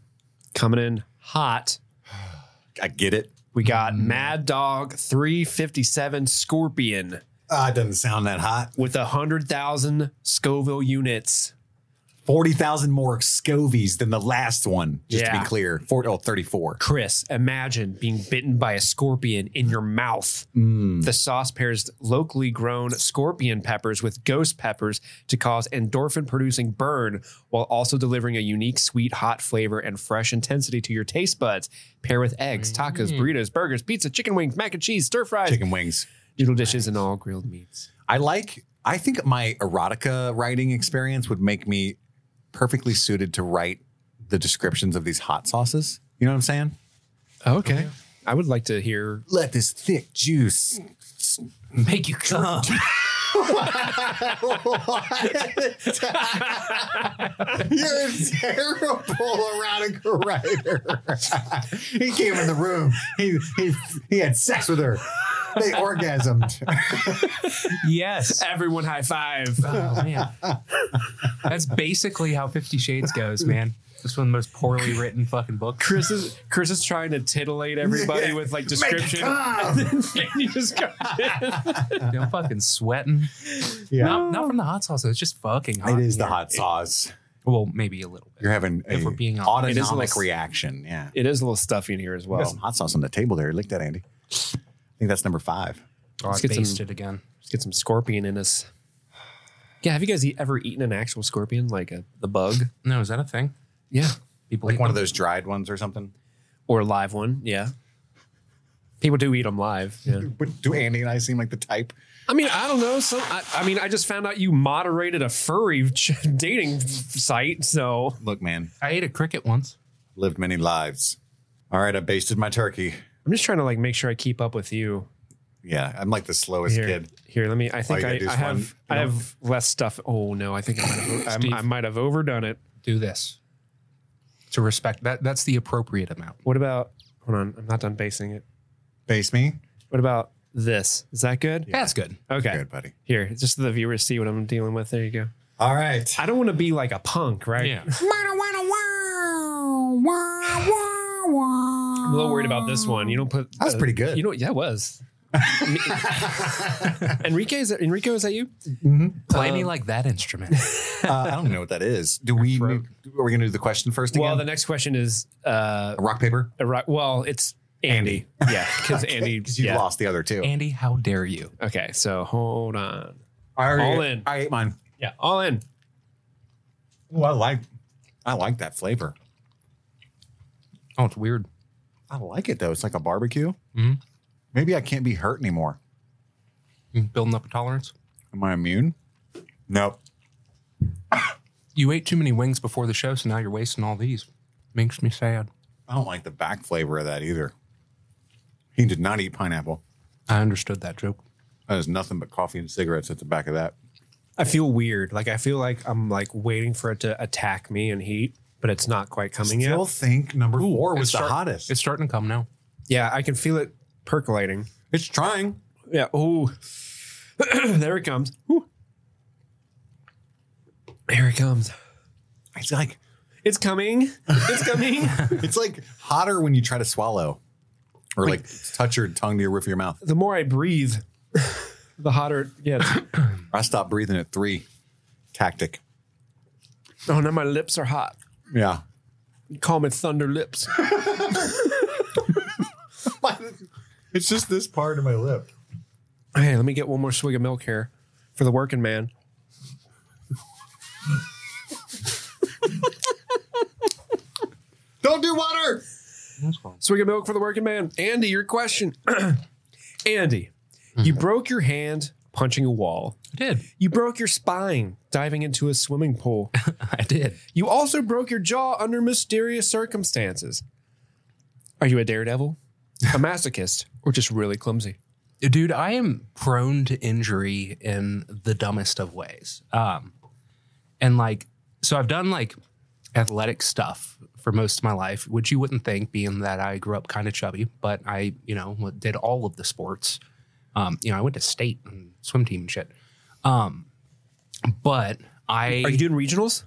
Coming in hot. I get it. We got Mm-hmm. Mad Dog 357 Scorpion Ah, it doesn't sound that hot. with a 100,000 Scoville units. 40,000 more Scovies than the last one, just to Yeah. be clear. Four, oh, 34. Chris, imagine being bitten by a scorpion in your mouth. Hmm. The sauce pairs locally grown scorpion peppers with ghost peppers to cause endorphin producing burn while also delivering a unique sweet, hot flavor and fresh intensity to your taste buds. Pair with eggs, Mm-hmm. tacos, burritos, burgers, pizza, chicken wings, mac and cheese, stir fries, Chicken wings. noodle dishes, and all grilled meats. I like, I think my erotica writing experience would make me perfectly suited to write the descriptions of these hot sauces. You know what I'm saying? Okay. I would like to hear. Let this thick juice. Make you come. You're a terrible erotica writer. he came in the room. He, he, he had sex with her. They orgasmed. yes. Everyone high five. Oh man. That's basically how Fifty Shades goes, man. It's one of the most poorly written fucking books. Chris is Chris is trying to titillate everybody Yeah. with like description. And you just go- No fucking sweating. Yeah. Not, not from the hot sauce. It's just fucking hot. it is the in here. hot sauce. Well, maybe a little bit. You're having If a we're being honest. autonomic It is a little- reaction. Yeah. It is a little stuffy in here as Got some well. hot sauce on the table there. Lick that, Andy. I think that's number five. Oh, Let's I get some- basted it again. Let's get some scorpion in us. Yeah, have you guys e- ever eaten an actual scorpion, like a the bug? No, is that a thing? Yeah, People Like eat one of them? those dried ones or something. or a live one. Yeah, people do eat them live. Yeah, But do Andy and I seem like the type? I mean, I don't know. Some, I, I mean, I just found out you moderated a furry ch- dating site, so Look, man, I ate a cricket once. lived many lives. All right, I basted my turkey. I'm just trying to like make sure I keep up with you. Yeah, I'm like the slowest Here, kid. here. Let me. I think you gotta I, do I is have. one, you I know? have less stuff. Oh no, I think I might have. Steve. I, I might have overdone it. Do this to respect that. That's the appropriate amount. What about? Hold on, I'm not done basing it. Base me? What about this? Is that good? That's good. Okay. Good, buddy. Here, just so the viewers see what I'm dealing with. There you go. All right. I don't want to be like a punk, right? Yeah. I'm a little worried about this one. You don't put. That was pretty good. You know, yeah, it was. Enrique, is that, Enrico, is that you? Mm-hmm. Play me like that instrument. Uh, I don't know what that is. Do we? throat. Are we going to do the question first? Again? Well, the next question is, uh, rock paper Iraq- well, it's Andy. Yeah, because Andy. because you yeah. lost the other two. Andy, how dare you? Okay, so hold on. I already, All in. I ate mine. Yeah, all in. Well, I like. I like that flavor. Oh, it's weird. I like it though. It's like a barbecue. Mm-hmm. Maybe I can't be hurt anymore. You Building up a tolerance. Am I immune? Nope. You ate too many wings before the show, so now you're wasting all these. Makes me sad. I don't like the back flavor of that either. He did not eat pineapple. I understood that joke. That is nothing but coffee and cigarettes at the back of that. I feel weird. Like I feel like I'm like waiting for it to attack me and heat. but it's not quite coming Still yet. think number four it's was the start- hottest. It's starting to come now. Yeah, I can feel it percolating. it's trying. Yeah. Oh, there it comes. Ooh. Here it comes. It's like It's coming. It's coming. it's like hotter when you try to swallow, or like touch your tongue to your roof of your mouth. the more I breathe, the hotter it gets. I stopped breathing at three. Tactic. Oh, now my lips are hot. Yeah. Call me thunder lips. It's just this part of my lip. Hey, let me get one more swig of milk here for the working man. Don't do water. Swig of milk for the working man. Andy, your question. Andy, you broke your hand punching a wall. I did. You broke your spine diving into a swimming pool. I did. you also broke your jaw under mysterious circumstances. Are you a daredevil, a masochist, or just really clumsy? dude i am prone to injury in the dumbest of ways um and like so i've done like athletic stuff for most of my life which you wouldn't think being that i grew up kind of chubby but i you know did all of the sports um you know i went to state and swim team and shit um but i Are you doing regionals?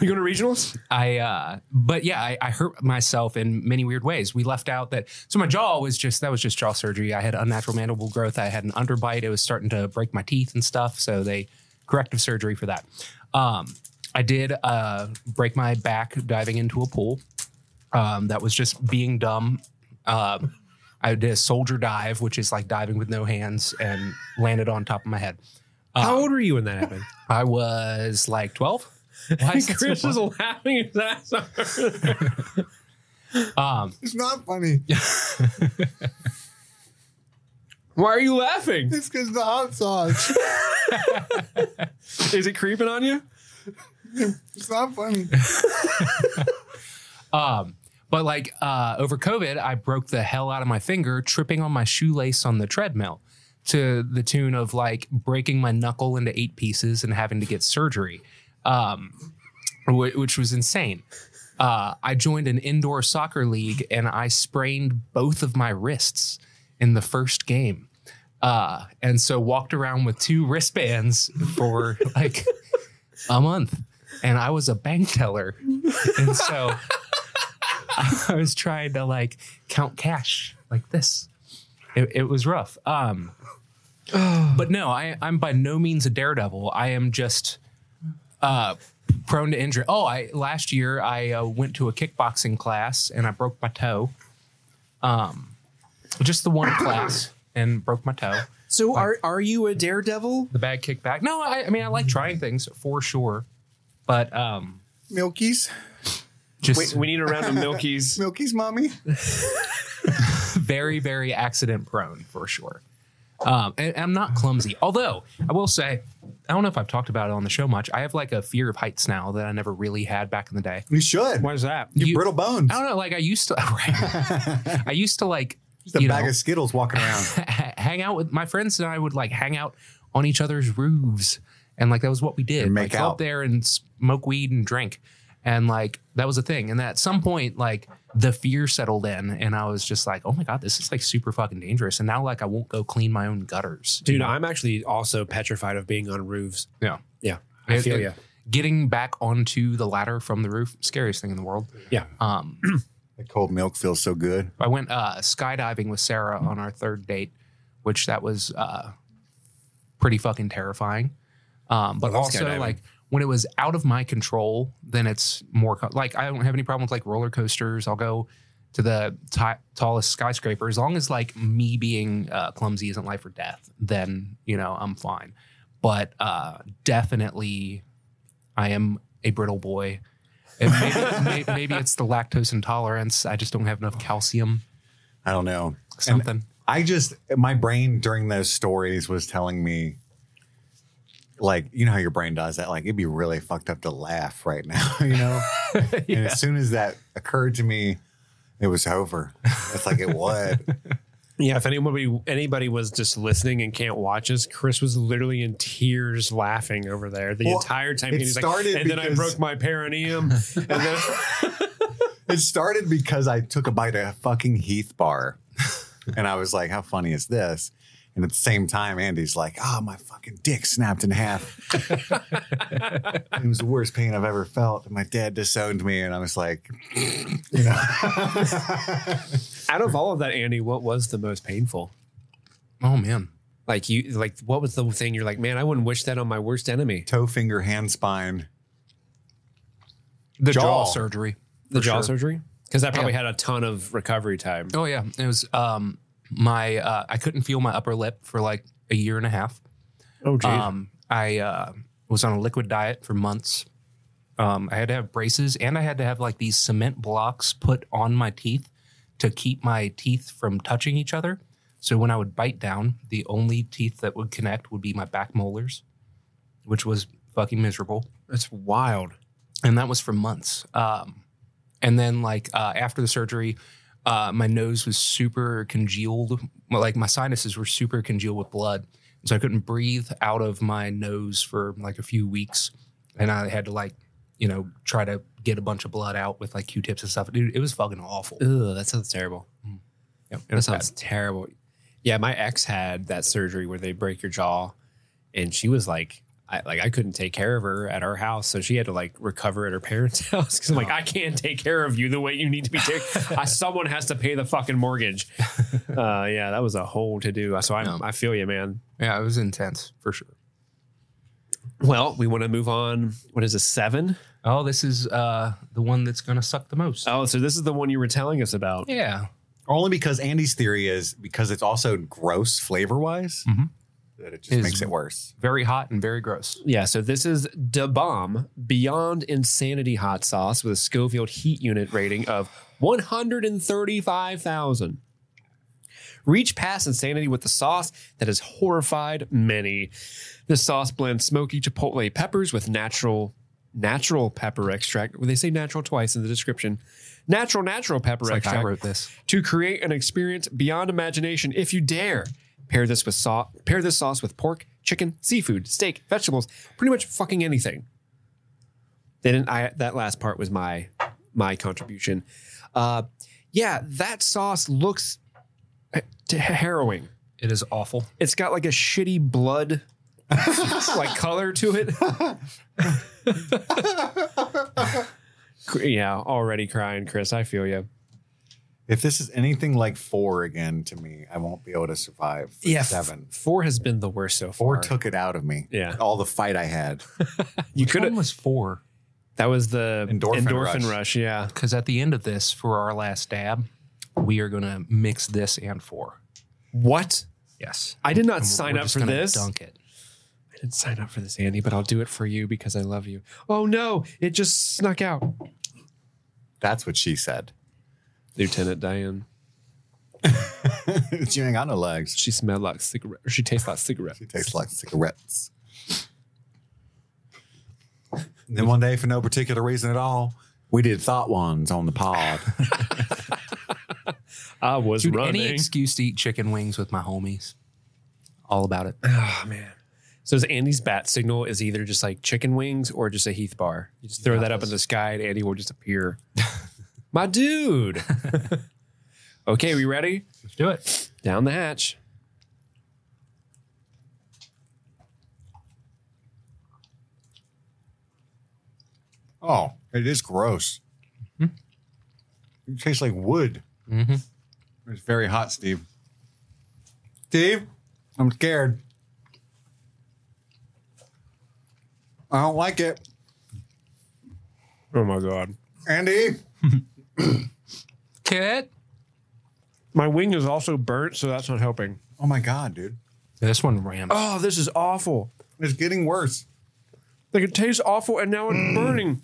you going to regionals? I, uh, but yeah, I, I hurt myself in many weird ways. We left out that, so my jaw was just, that was just jaw surgery. I had unnatural mandible growth. I had an underbite. It was starting to break my teeth and stuff. So they corrective surgery for that. Um, I did uh, break my back diving into a pool. Um, that was just being dumb. Um, I did a soldier dive, which is like diving with no hands and landed on top of my head. Uh, How old were you when that happened? I was like 12. Why is it so Chris long? is laughing his ass off. um, It's not funny. Why are you laughing? It's because the hot sauce. Is it creeping on you? It's not funny. Um, but like uh, over COVID, I broke the hell out of my finger tripping on my shoelace on the treadmill to the tune of like breaking my knuckle into eight pieces and having to get surgery, um, wh- which was insane. Uh, I joined an indoor soccer league and I sprained both of my wrists in the first game. Uh, and so walked around with two wristbands for like a month. And I was a bank teller. And so. I was trying to like count cash like this. It, it was rough. Um, but no, I, I'm by no means a daredevil. I am just uh, prone to injury. Oh, I last year I uh, went to a kickboxing class and I broke my toe. Um, just the one class and broke my toe. So are are you a daredevil? The bad kickback. No, I, I mean I like trying things for sure, but um, Milky's, just Wait, we need a round of milkies. Milky's mommy. very, very accident prone for sure. Um, and, and I'm not clumsy. Although I will say, I don't know if I've talked about it on the show much. I have like a fear of heights now that I never really had back in the day. You should. is that? You, You- brittle bones. I don't know. Like I used to, I used to like, Just a you bag know, of Skittles walking around. ha- hang out with my friends and I would like hang out on each other's roofs. And like, that was what we did. And make like, go out. up there and smoke weed and drink. And like, that was a thing. And at some point, like the fear settled in and I was just like, oh my God, this is like super fucking dangerous. And now like, I won't go clean my own gutters. Dude, I'm actually also petrified of being on roofs. Yeah. Yeah. I It- feel it- you. Getting back onto the ladder from the roof, scariest thing in the world. Yeah. Um, The cold milk feels so good. I went uh, skydiving with Sarah on our third date, which that was uh, pretty fucking terrifying. Um, but love also skydiving. like when it was out of my control, then it's more co- like I don't have any problem with like roller coasters. I'll go to the ti tallest skyscraper as long as like me being uh, clumsy isn't life or death. Then you know I'm fine. But uh, definitely, I am a brittle boy. And maybe, may- maybe it's the lactose intolerance. I just don't have enough calcium I don't know. something. I just my brain during those stories was telling me, like, you know how your brain does that. Like, it'd be really fucked up to laugh right now, you know. And as soon as that occurred to me, it was over. It's like it would. Yeah, if anybody anybody was just listening and can't watch us, Chris was literally in tears laughing over there the Well, entire time. it he's started like, and then I because- broke my perineum. and then It started because I took a bite of a fucking Heath bar. and I was like, how funny is this? And at the same time, Andy's like, oh, my fucking dick snapped in half. it was the worst pain I've ever felt. And my dad disowned me. And I was like, you know. out of all of that, Andy, what was the most painful? Oh man. Like you, like what was the thing you're like, man, I wouldn't wish that on my worst enemy. Toe finger, hand spine. The jaw, Jaw. surgery. The for jaw sure. surgery, because that probably Yeah. had a ton of recovery time. Oh yeah. It was um my uh I couldn't feel my upper lip for like a year and a half. Oh, geez. Um I uh was on a liquid diet for months. Um I had to have braces and I had to have like these cement blocks put on my teeth to keep my teeth from touching each other. So when I would bite down, the only teeth that would connect would be my back molars, which was fucking miserable. that's wild. and that was for months. Um, and then like uh, after the surgery, uh, my nose was super congealed. Well, like my sinuses were super congealed with blood, so I couldn't breathe out of my nose for like a few weeks, and I had to like, you know, try to get a bunch of blood out with like Q-tips and stuff. Dude, it was fucking awful. Ugh, that sounds terrible. Yeah, it That was bad. sounds terrible. Yeah, my ex had that surgery where they break your jaw, and she was like, I, like I couldn't take care of her at our house, so she had to like recover at her parents' house because I'm Oh. like, I can't take care of you the way you need to be taken. I, someone has to pay the fucking mortgage. Uh, yeah, that was a whole to do. So I, No. I feel you, man. Yeah, it was intense for sure. Well, we want to move on. What is a seven? Oh, this is uh, the one that's gonna suck the most. Oh, so this is the one you were telling us about. Yeah, Only because Andy's theory is because it's also gross flavor wise Mhm. that it just Is- makes it worse. very hot and very gross. Yeah, so this is Da Bomb Beyond Insanity Hot Sauce with a Schofield heat unit rating of 135,000. Reach past insanity with the sauce that has horrified many. This sauce blends smoky chipotle peppers with natural natural pepper extract. Well, they say natural twice in the description. Natural natural pepper It's like I extract wrote this. to create an experience beyond imagination if you dare. Pair this with sauce. Pair this sauce with pork, chicken, seafood, steak, vegetables, pretty much fucking anything. They didn't. I that last part was my my contribution. Uh, yeah, that sauce looks eh, t- harrowing. It is awful. It's got like a shitty blood like color to it. yeah, already crying, Chris. I feel you. If this is anything like four again to me, I won't be able to survive. Yeah, f- Seven. Four has been the worst so Four far. took it out of me. Yeah. All the fight I had. You Which could one was four. That was the endorphin, Endorphin rush. rush. Yeah. Because at the end of this, for our last dab, we are going to mix this and four. What? Yes. I did not And we're- sign we're up just for gonna this. Dunk it. I didn't sign up for this, Andy, but I'll do it for you because I love you. Oh no, it just snuck out. That's what she said. Lieutenant Diane. she ain't got no legs. She smelled like cigarette. She tastes like cigarette. She tastes like cigarettes. And then one day, for no particular reason at all, we did thought ones on the pod. I was Dude, running. any excuse to eat chicken wings with my homies. All about it. oh man. So is Andy's bat signal is either just like chicken wings or just a Heath bar. You just throw that up in the sky and Andy will just appear. My dude. okay, we ready? Let's do it. Down the hatch. oh, it is gross. Hmm? It tastes like wood. Mm-hmm. It's very hot, Steve. Steve, I'm scared. I don't like it. Oh my god. Andy, Kit. My wing is also burnt, so that's not helping. Oh my god, dude. This one rams. Oh, this is awful. It's getting worse. Like it tastes awful and now it's burning.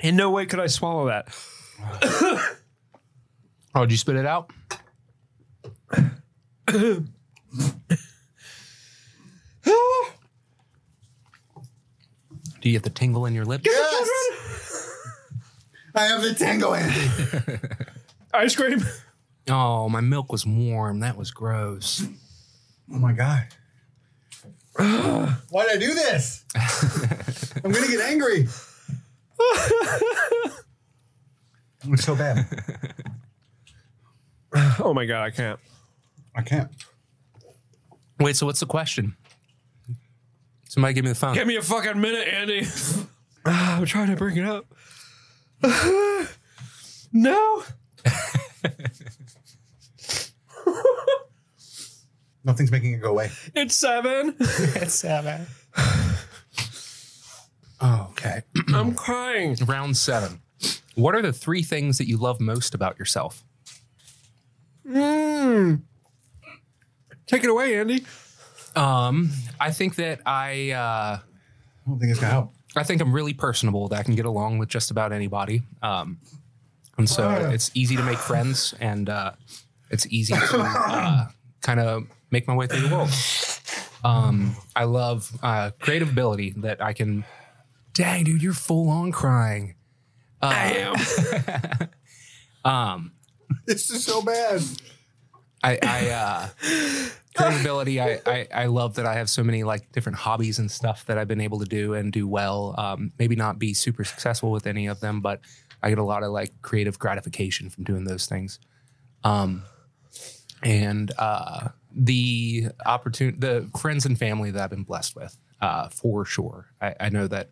In no way could I swallow that. Oh, did you spit it out? do you get the tingle in your lips? Yes. I have the tango, Andy. Ice cream. Oh, my milk was warm. That was gross. Oh my god. Why did I do this? I'm gonna get angry. I'm so bad. Oh my god, I can't. I can't. Wait, so what's the question? Somebody give me the phone. Give me a fucking minute, Andy. Ah, I'm trying to bring it up. no. Nothing's making it go away. It's seven. Oh, okay. I'm crying. Round seven. What are the three things that you love most about yourself? Take it away, Andy. Um, I think that I uh, I don't think it's gonna help. I think I'm really personable. That I can get along with just about anybody. Um, and so it's easy to make friends, and uh, it's easy to uh, kind of make my way through the world. Um, I love uh, creative ability that I can. Dang, dude, you're full on crying. This is so bad. I, I uh, creative ability. I, I I love that I have so many like different hobbies and stuff that I've been able to do and do well. Um, maybe not be super successful with any of them, but I get a lot of like creative gratification from doing those things. Um, and uh, the opportunity, the friends and family that I've been blessed with, uh, for sure. I, I know that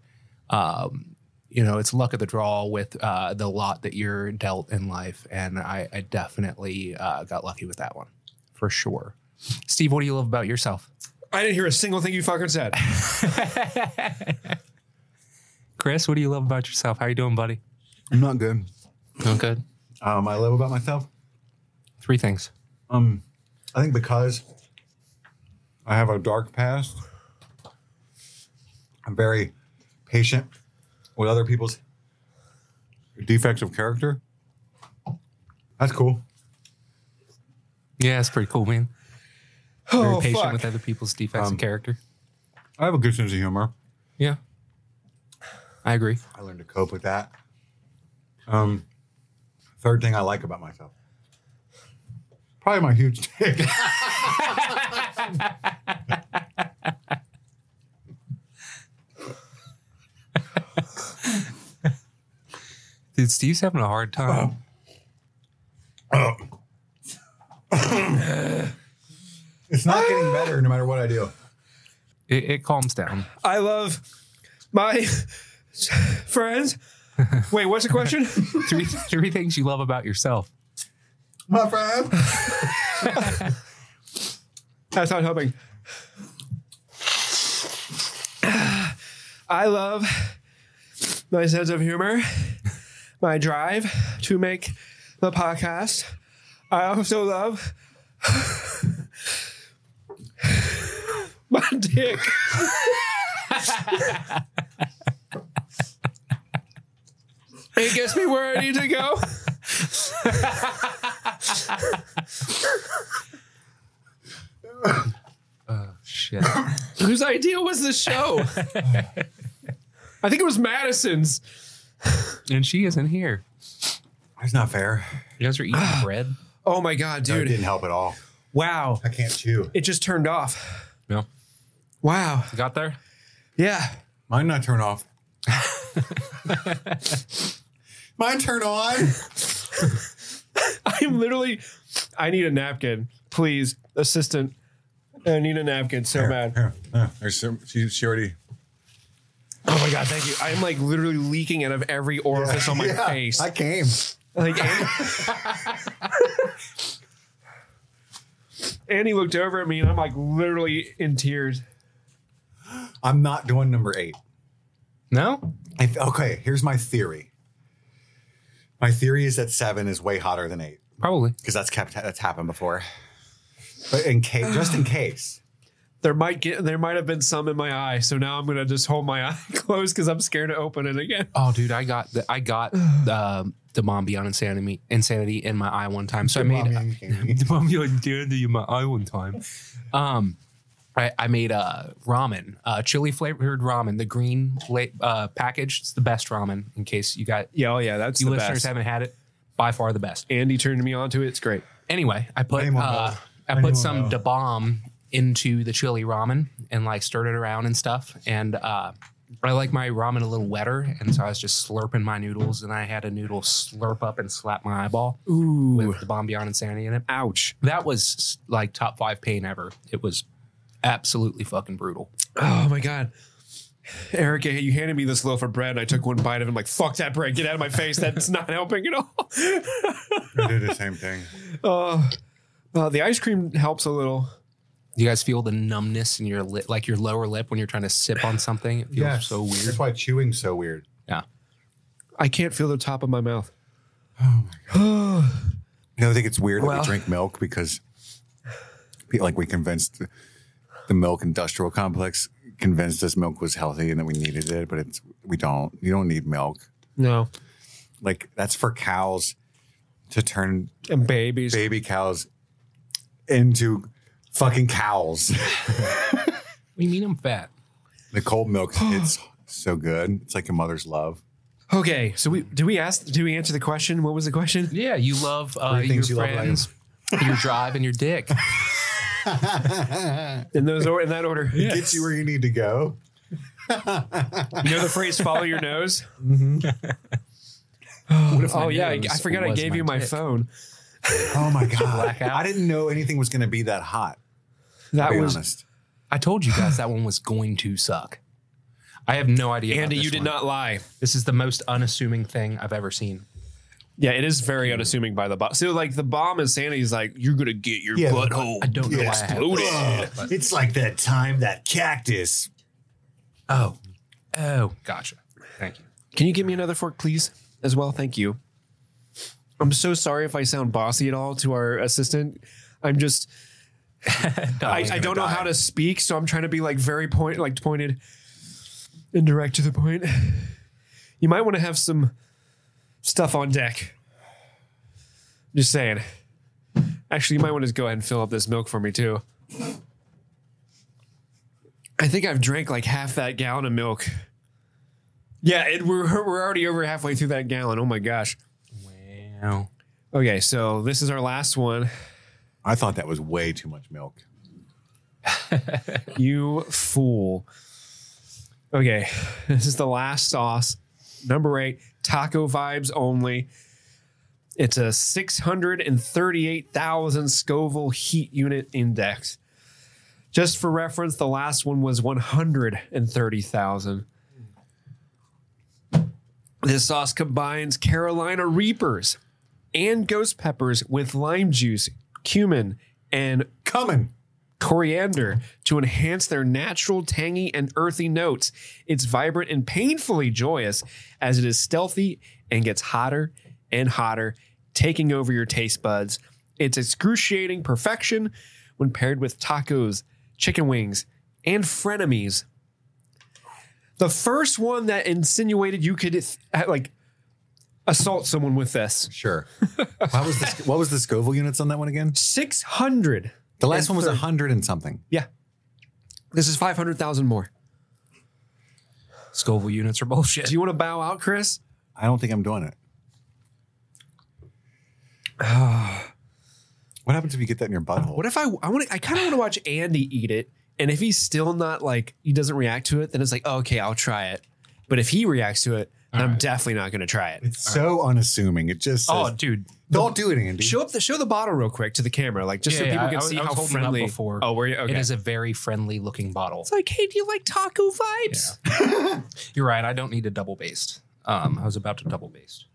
you know, it's luck of the draw with uh, the lot that you're dealt in life. And I, I definitely uh, got lucky with that one for sure. Steve, what do you love about yourself? I didn't hear a single thing you fucking said. Chris, what do you love about yourself? How you doing, buddy? I'm not good. Doing good. Um, I love about myself. Three things. Um, I think because I have a dark past, I'm very patient with other people's defects of character. That's cool. Yeah, that's pretty cool, man. Very Oh patient fuck. with other people's defects Um, of character. I have a good sense of humor. Yeah, I agree. I learned to cope with that. Um, third thing I like about myself, probably my huge dick. Dude, Steve's having a hard time. It's not getting better no matter what I do. It, it calms down. I love my friends. Wait, what's the question? three, three things you love about yourself. My friend. That's not helping. I love my sense of humor, my drive to make the podcast. I also love my dick. it gets me where I need to go. Shit. Whose idea was this show? I think it was Madison's. and she isn't here. That's not fair. You guys are eating bread? Oh my god, Dude, it dude. didn't help at all. wow. I can't chew. It just turned off. No. Wow. Got there? Yeah. Mine not turn off. Mine turn on. I'm literally I need a napkin. Please, assistant. I need a napkin so bad. Here, here. There's some- she, she already. Oh my god, thank you. I'm like literally leaking out of every orifice on my Yeah, face. I came. like Andy, Andy looked over at me and I'm like literally in tears. I'm not doing number eight. No? I th- okay, here's my theory. My theory is that seven is way hotter than eight Probably. because that's kept that's happened before. But in case, just in case, There might get there might have been some in my eye, so now I'm gonna just hold my eye closed because I'm scared to open it again. Oh, dude, I got the, I got um, the mom beyond insanity insanity in my eye one time. So I made Mommy and Candy. the mom beyond insanity in my eye one time. Um, I, I made uh, ramen, uh, chili flavored ramen, the green la- uh, package. It's the best ramen. In case you got Yeah, oh yeah, that's you the listeners best. haven't had it, by far the best. Andy turned me on to it. It's great. Anyway, I put Anyone uh, knows. I Anyone put some knows. da bomb into the chili ramen and like stirred it around and stuff. And uh, I like my ramen a little wetter, and so I was just slurping my noodles, and I had a noodle slurp up and slap my eyeball Ooh, with the bomb beyond insanity in it. ouch. That was like top five pain ever. It was absolutely fucking brutal. Oh my god. Eric, you handed me this loaf of bread, and I took one bite of it. I'm like, "Fuck that bread! Get out of my face! That's not helping at all." I did the same thing. Uh, uh, the ice cream helps a little. Do you guys feel the numbness in your lip, like your lower lip when you're trying to sip on something? It feels so weird. That's why chewing's so weird. Yeah. I can't feel the top of my mouth. No, I think it's weird that Well- we drink milk because, be- like, we convinced the, the milk industrial complex convinced us milk was healthy and that we needed it, but it's we don't. You don't need milk. No, Like that's for cows to turn and babies. baby cows into fucking cows. What do you mean I'm fat? the cold milk it's so good. It's like a mother's love. Okay, so we did we ask? Did we answer the question? What was the question? Yeah, you love uh, Three your things you love about friends, your drive, and your dick. In those or in that order. It Gets you where you need to go. You know the phrase "follow your nose." Mm-hmm. oh yeah, I, I nose forgot I was gave my you my dick? phone. Oh my god! out. I didn't know anything was going to be that hot. That To be was honest, I told you guys that one was going to suck. I have no idea. about Andy. this You did one. not lie. This is the most unassuming thing I've ever seen. Yeah, it is very unassuming by the bomb. So like the bomb insanity is like you're gonna get your Yeah, the- butthole. I don't know why I had exploded. it's like that time that cactus. Oh, oh, gotcha. Thank you. Can you give me another fork, please, as well? Thank you. I'm so sorry if I sound bossy at all to our assistant. I'm just I, I don't know how to speak, so I'm trying to be like very point, like pointed and direct to the point. You might want to have some stuff on deck. Just saying. Actually, you might want to just go ahead and fill up this milk for me too. I think I've drank like half that gallon of milk. Yeah, it, we're we're already over halfway through that gallon. Oh my gosh. Wow. Okay, so this is our last one. I thought that was way too much milk. You fool. Okay, this is the last sauce. Number eight, taco vibes only. It's a 638,000 Scoville heat unit index. Just for reference, the last one was 130,000. This sauce combines Carolina Reapers and ghost peppers with lime juice, cumin, and Coming. coriander to enhance their natural tangy and earthy notes. It's vibrant and painfully joyous as it is stealthy and gets hotter and hotter, taking over your taste buds. It's excruciating perfection when paired with tacos, chicken wings, and frenemies. The first one that insinuated you could eh, like assault someone with this. Sure. How was the, what was the Scoville units on that one again? 600. The last one was a third. hundred and something. Yeah. This is 500,000 more. Scoville units are bullshit. Do you want to bow out, Chris? I don't think I'm doing it. what happens if you get that in your butthole? What if I I want to I kind of want to watch Andy eat it, and if he's still not like he doesn't react to it, then it's like oh, okay, I'll try it. But if he reacts to it, then I'm definitely not going to try it. It's so unassuming. It just says, oh, dude. don't do it, Andy. Show up the show the bottle real quick to the camera, like just so Yeah, people I- can I was- see I was how holding it up friendly. before. Oh, were you? Okay. It is a very friendly looking bottle. it's like, hey, do you like taco vibes? You're right. I don't need a double baste. Um, I was about to double baste.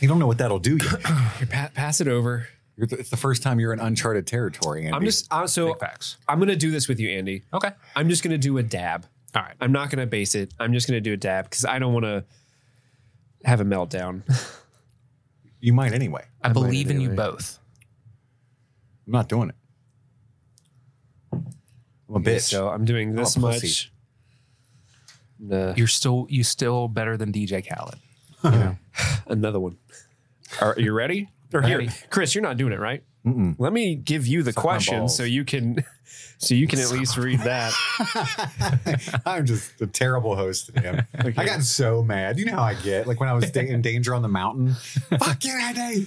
you don't know what that'll do yet. Here, pa- pass it over. You're th- it's the first time you're in uncharted territory. Andy. I'm just uh, so Big facts. I'm going to do this with you, Andy. Okay. I'm just going to do a dab. All right. I'm not going to base it. I'm just going to do a dab because I don't want to have a meltdown. you might anyway. I, might believe in you anyway. both. I'm not doing it. I'm a bitch. So I'm doing this a pussy. much. Nah. You're still you still better than DJ Khaled. another one. Are you ready? Or here, Chris, you're not doing it, right? Mm-mm. Let me give you the Suck my question balls. so you can, so you can at least read that. I'm just a terrible host today. I'm- I got so mad. You know how I get. Like when I was da- in danger on the mountain. Fuck eh? you, Andy.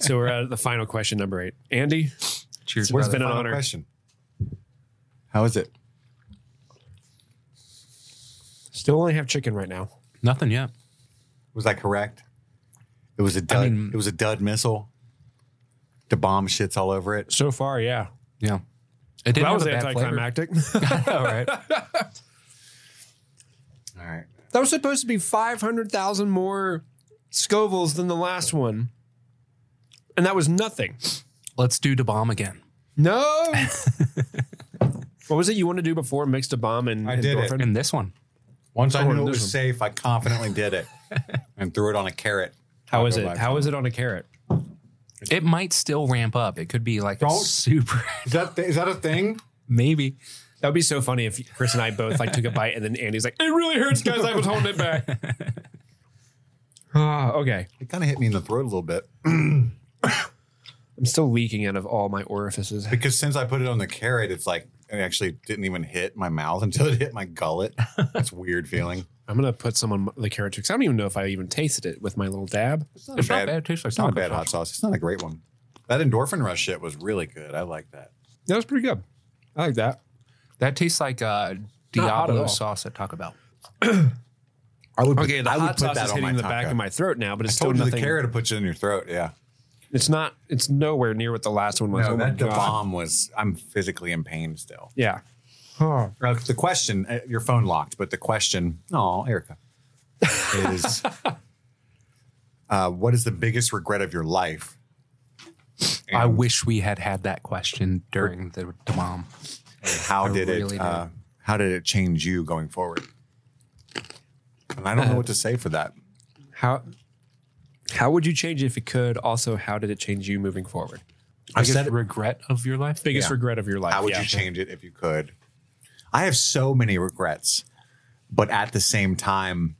So we're at the final question, number eight. Andy, Cheers. Where's brother. been an Final honor. question. How is it? still only have chicken right now. Nothing yet. Was I correct? It was a dud. mean- it was a dud missile. The bomb shits all over it. So far, yeah. Yeah. It didn't That was have a bad flavor. anticlimactic. All right. All right. that was supposed to be 500,000 more Scovilles than the last one. And that was nothing. Let's do the bomb again. No. what was it you wanted to do before mixed a bomb and I and did it. Dorfin? And this one. Once I Oh, knew it this was one. safe, I confidently did it and threw it on a carrot. How is I'll go it? back How to is it on a carrot? It might still ramp up. It could be like a Don't- super Is that is that a thing? maybe. That would be so funny if Chris and I both like took a bite and then Andy's like, "It really hurts, guys. I was holding it back." Ah, okay. It kind of hit me in the throat a little bit I'm still leaking out of all my orifices. because since I put it on the carrot, it's like it actually didn't even hit my mouth until it hit my gullet. That's a weird feeling. I'm gonna put some on the carrot because I don't even know if I even tasted it with my little dab. It's not It's a bad, not bad. It tastes like it's not a taco bad sauce. hot sauce. It's not a great one. That endorphin rush shit was really good. I like that. That was pretty good. I like that. That tastes like uh, Not hot at Diablo all. sauce at Taco Bell. I would. Okay, the I would hot sauce is hitting the back taco. of my throat now, but I it's still told you nothing. the carrot to put you in your throat. Yeah. It's not. It's nowhere near what the last one was. No, Oh my that the God. bomb was. I'm physically in pain still. Yeah. Uh, the question, uh, your phone locked, but the question, oh, Erica, is uh, what is the biggest regret of your life? I And wish we had had that question during the, the bomb. How I did really it? Uh, how did it change you going forward? And I don't know what to say for that. How how would you change it if it could? Also, how did it change you moving forward? I Biggest said, regret of your life? Biggest Yeah. regret of your life. how would yeah. you change it if you could? I have so many regrets, but at the same time,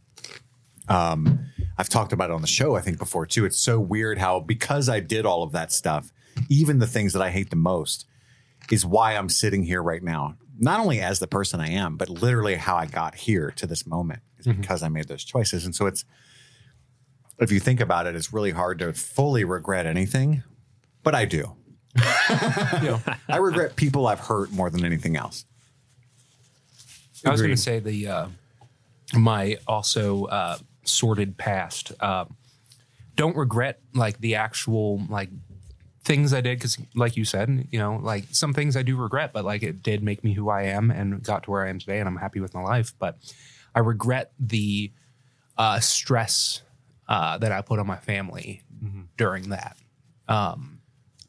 um, I've talked about it on the show, I think, before too. It's so weird how, because I did all of that stuff, even the things that I hate the most, is why I'm sitting here right now. Not only as the person I am, but literally how I got here to this moment is because I made those choices. And so it's, if you think about it, it's really hard to fully regret anything, but I do. I regret people I've hurt more than anything else. I was going to say the uh, my also uh, sordid past. Uh, don't regret like the actual like things I did because, like you said, you know, like some things I do regret, but like it did make me who I am and got to where I am today, and I'm happy with my life. But I regret the uh, stress uh, that I put on my family during that. Um,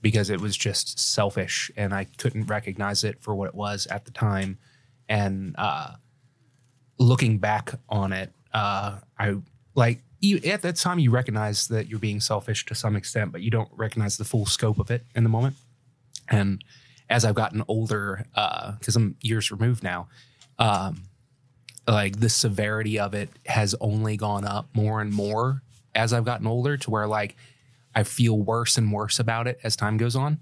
because it was just selfish and I couldn't recognize it for what it was at the time. And uh, looking back on it, uh, I like you, at that time you recognize that you're being selfish to some extent, but you don't recognize the full scope of it in the moment. And as I've gotten older, because I'm years removed now, um, like the severity of it has only gone up more and more as I've gotten older to where like I feel worse and worse about it as time goes on.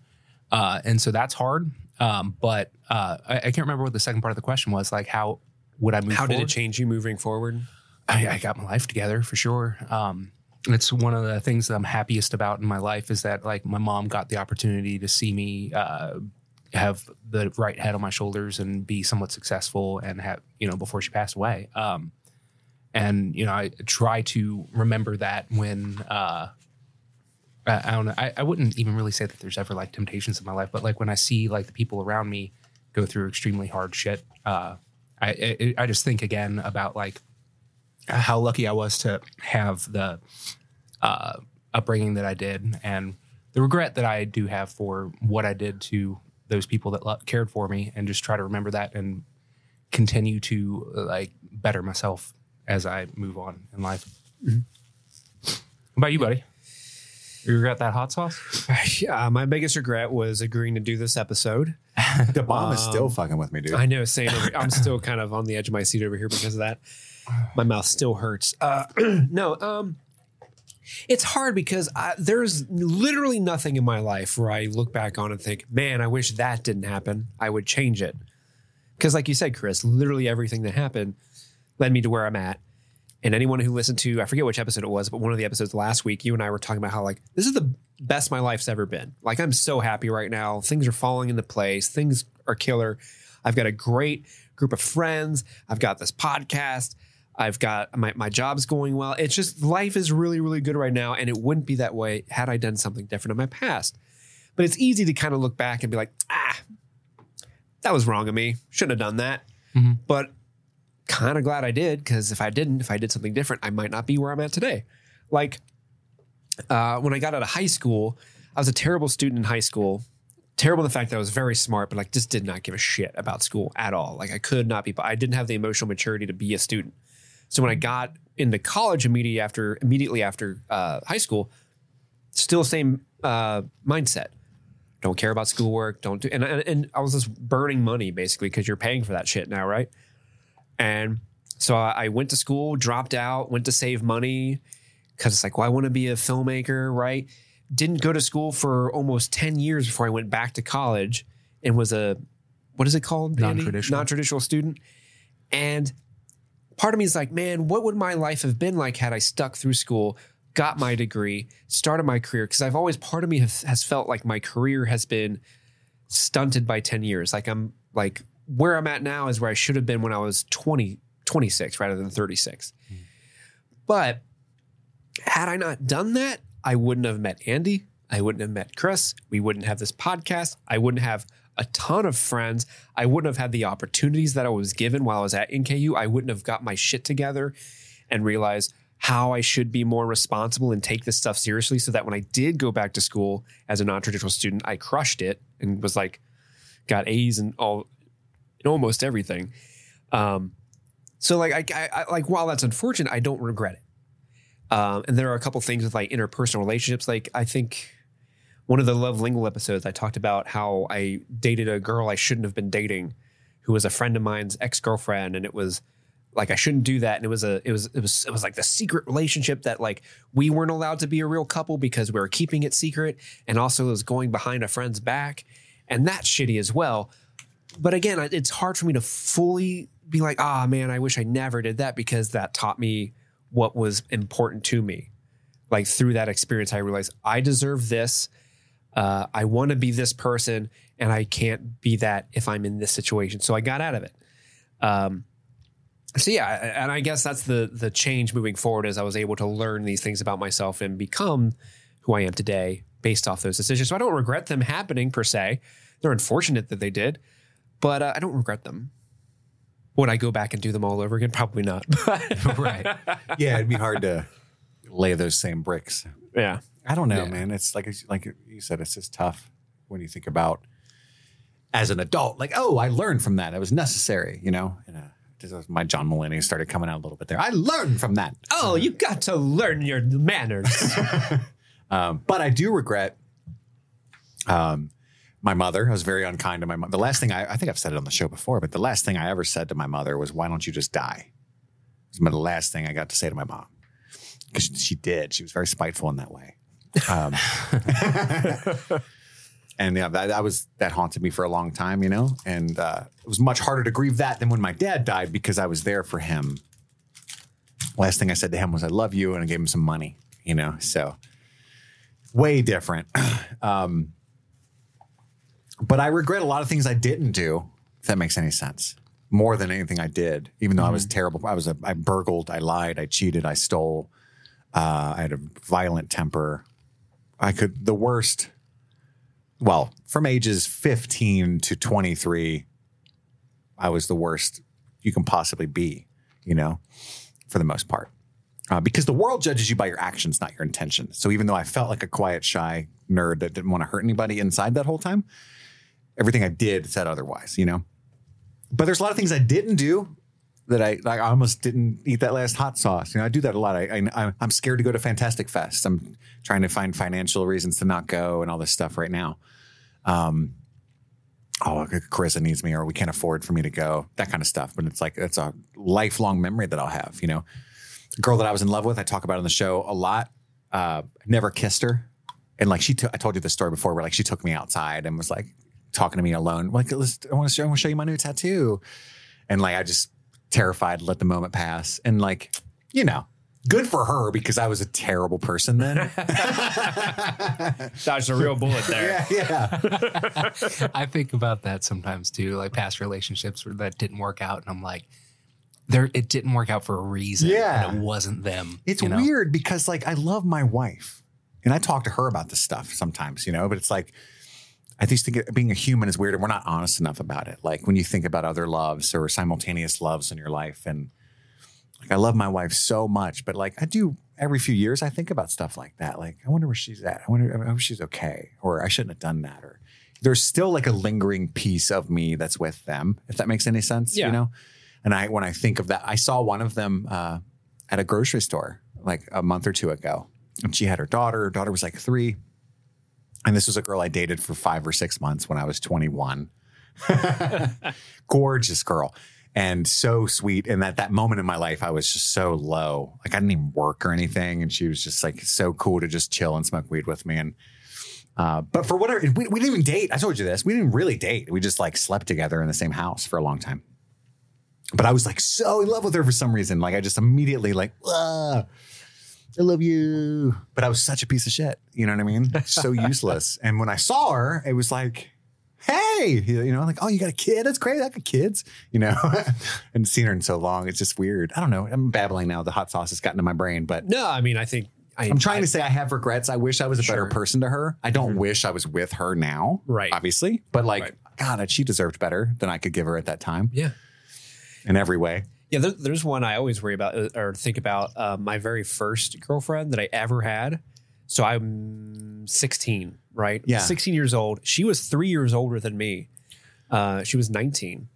Uh, and so that's hard. Um, but uh, I, I can't remember what the second part of the question was. Like, how would I move? How did it forward? change you moving forward? I, I got my life together for sure. Um, it's one of the things that I'm happiest about in my life is that like my mom got the opportunity to see me uh, have the right head on my shoulders and be somewhat successful and have you know before she passed away. Um, and you know I try to remember that when uh, I, I don't know I, I wouldn't even really say that there's ever like temptations in my life, but like when I see like the people around me go through extremely hard shit, uh, I, I I just think again about like how lucky I was to have the uh, upbringing that I did and the regret that I do have for what I did to those people that lo- cared for me and just try to remember that and continue to uh, like better myself as I move on in life. What about you, buddy? You regret that hot sauce? Yeah, my biggest regret was agreeing to do this episode. The bomb is still Um, fucking with me, dude. I know, same. Over, I'm still kind of on the edge of my seat over here because of that. My mouth still hurts. Uh, no, um, it's hard because I, there's literally nothing in my life where I look back on and think, man, I wish that didn't happen. I would change it. Because, like you said, Chris, literally everything that happened led me to where I'm at. And anyone who listened to, I forget which episode it was, but one of the episodes last week, you and I were talking about how, like, this is the best my life's ever been. Like, I'm so happy right now. Things are falling into place, things are killer. I've got a great group of friends, I've got this podcast. I've got my, my job's going well. It's just life is really, really good right now. And it wouldn't be that way had I done something different in my past. But it's easy to kind of look back and be like, ah, that was wrong of me. Shouldn't have done that. Mhm. But kind of glad I did because if I didn't, if I did something different, I might not be where I'm at today. Like uh, when I got out of high school, I was a terrible student in high school. Terrible in the fact that I was very smart, but like just did not give a shit about school at all. Like I could not be, I didn't have the emotional maturity to be a student. So when I got into college immediately after immediately after uh, high school, still same uh, mindset. Don't care about schoolwork. Don't do and, and and I was just burning money basically because you're paying for that shit now, right? And so I, I went to school, dropped out, went to save money because it's like, well, I want to be a filmmaker, right? Didn't go to school for almost ten years before I went back to college and was a what is it called? Non-traditional. non traditional student, and part of me is like, man, what would my life have been like had I stuck through school, got my degree, started my career? Because I've always, part of me has, has felt like my career has been stunted by 10 years. Like I'm like where I'm at now is where I should have been when I was 20, 26 rather than 36. But had I not done that, I wouldn't have met Andy. I wouldn't have met Chris. We wouldn't have this podcast. I wouldn't have a ton of friends. I wouldn't have had the opportunities that I was given while I was at NKU. I wouldn't have got my shit together and realized how I should be more responsible and take this stuff seriously so that when I did go back to school as a non traditional student, I crushed it and was like, got A's and all in almost everything. Um, so like I, I, I like while that's unfortunate, I don't regret it. Um, and there are a couple things with like interpersonal relationships. Like I think one of the Love Lingual episodes, I talked about how I dated a girl I shouldn't have been dating, who was a friend of mine's ex girlfriend, and it was like I shouldn't do that. And it was a it was it was it was like the secret relationship that like we weren't allowed to be a real couple because we were keeping it secret, and also it was going behind a friend's back, and that's shitty as well. But again, I- it's hard for me to fully be like, ah, man, I wish I never did that because that taught me what was important to me. Like through that experience, I realized I deserve this uh, I want to be this person and I can't be that if I'm in this situation. So I got out of it. Um, so yeah, I- and I guess that's the the change moving forward as I was able to learn these things about myself and become who I am today based off those decisions. So I don't regret them happening per se. They're unfortunate that they did, but uh, I don't regret them. Would I go back and do them all over again? Probably not. right. yeah, it'd be hard to lay those same bricks. yeah. I don't know, man. It's like like you said, it's just tough when you think about as an adult. Like, oh, I learned from that. It was necessary, you know. And uh, this is- my John Mulaney started coming out a little bit there. I learned from that, Oh, you got to learn your manners. um, but I do regret. Um, my mother. I was very unkind to my mother. The last thing I, I think I've said it on the show before, but the last thing I ever said to my mother was, "Why don't you just die?" It was the last thing I got to say to my mom because she did. She was very spiteful in that way. Um, and yeah, that, that was that haunted me for a long time, you know. And uh, it was much harder to grieve that than when my dad died because I was there for him. Last thing I said to him was, "I love you," and I gave him some money, you know. So way different. um, but I regret a lot of things I didn't do. If that makes any sense, more than anything I did, even though I was terrible. I was a, I burgled, I lied, I cheated, I stole. Uh, I had a violent temper. I could the worst. Well, from ages fifteen to twenty three, I was the worst you can possibly be. You know, for the most part. Uh, because the world judges you by your actions, not your intention. So even though I felt like a quiet, shy nerd that didn't want to hurt anybody inside that whole time, everything I did said otherwise, you know? But there's a lot of things I didn't do that I like, I almost didn't eat that last hot sauce. You know, I do that a lot. I, I, I'm- I'm scared to go to Fantastic Fest. I'm trying to find financial reasons to not go and all this stuff right now. Um, oh, Carissa needs me or we can't afford for me to go, that kind of stuff. But it's like, it's a lifelong memory that I'll have, you know? girl that I was in love with, I talk about on the show a lot. uh, never kissed her, and like she, took I told you this story before, where like she took me outside and was like talking to me alone, like Let's, I want to show, I want to show you my new tattoo, and like I just terrified, let the moment pass, and like you know, good for her because I was a terrible person then. Dodged a real bullet there. yeah, I think about that sometimes too, like past relationships where that didn't work out, and I'm like, there it didn't work out for a reason. Yeah. and it wasn't them. It's you know? weird because like I love my wife and I talk to her about this stuff sometimes, you know, but it's like I just think it- being a human is weird and we're not honest enough about it. Like when you think about other loves or simultaneous loves in your life and like I love my wife so much, but like I do every few years I think about stuff like that. Like I wonder where she's at. I wonder I hope she's okay or I shouldn't have done that or there's still like a lingering piece of me that's with them, if that makes any sense, Yeah. you know? And I when I think of that, I saw one of them uh at a grocery store like a month or two ago. And she had her daughter. Her daughter was like three. And this was a girl I dated for five or six months when I was 21. Gorgeous girl. And so sweet. And at that moment in my life, I was just so low. Like I didn't even work or anything. And she was just like so cool to just chill and smoke weed with me. And uh, but for whatever we, we didn't even date. I told you this. We didn't really date. We just like slept together in the same house for a long time but I was like so in love with her for some reason. Like I just immediately like, "Ah, I love you. But I was such a piece of shit. You know what I mean? So useless. And when I saw her, it was like, hey, you know, like, oh, you got a kid? That's great. I got kids, you know. and seen her in so long. It's just weird. I don't know. I'm babbling now. The hot sauce has gotten to my brain, but No, I mean, I think I, I'm trying to say I have regrets. I wish I was a Sure. better person to her. I don't wish I was with her now. Right. Obviously. But like, Right. God, she deserved better than I could give her at that time Yeah. in every way. Yeah, there, there's one I always worry about uh, or think about uh, my very first girlfriend that I ever had. So I'm 16, right? Yeah. 16 years old. She was three years older than me. Uh, she was 19.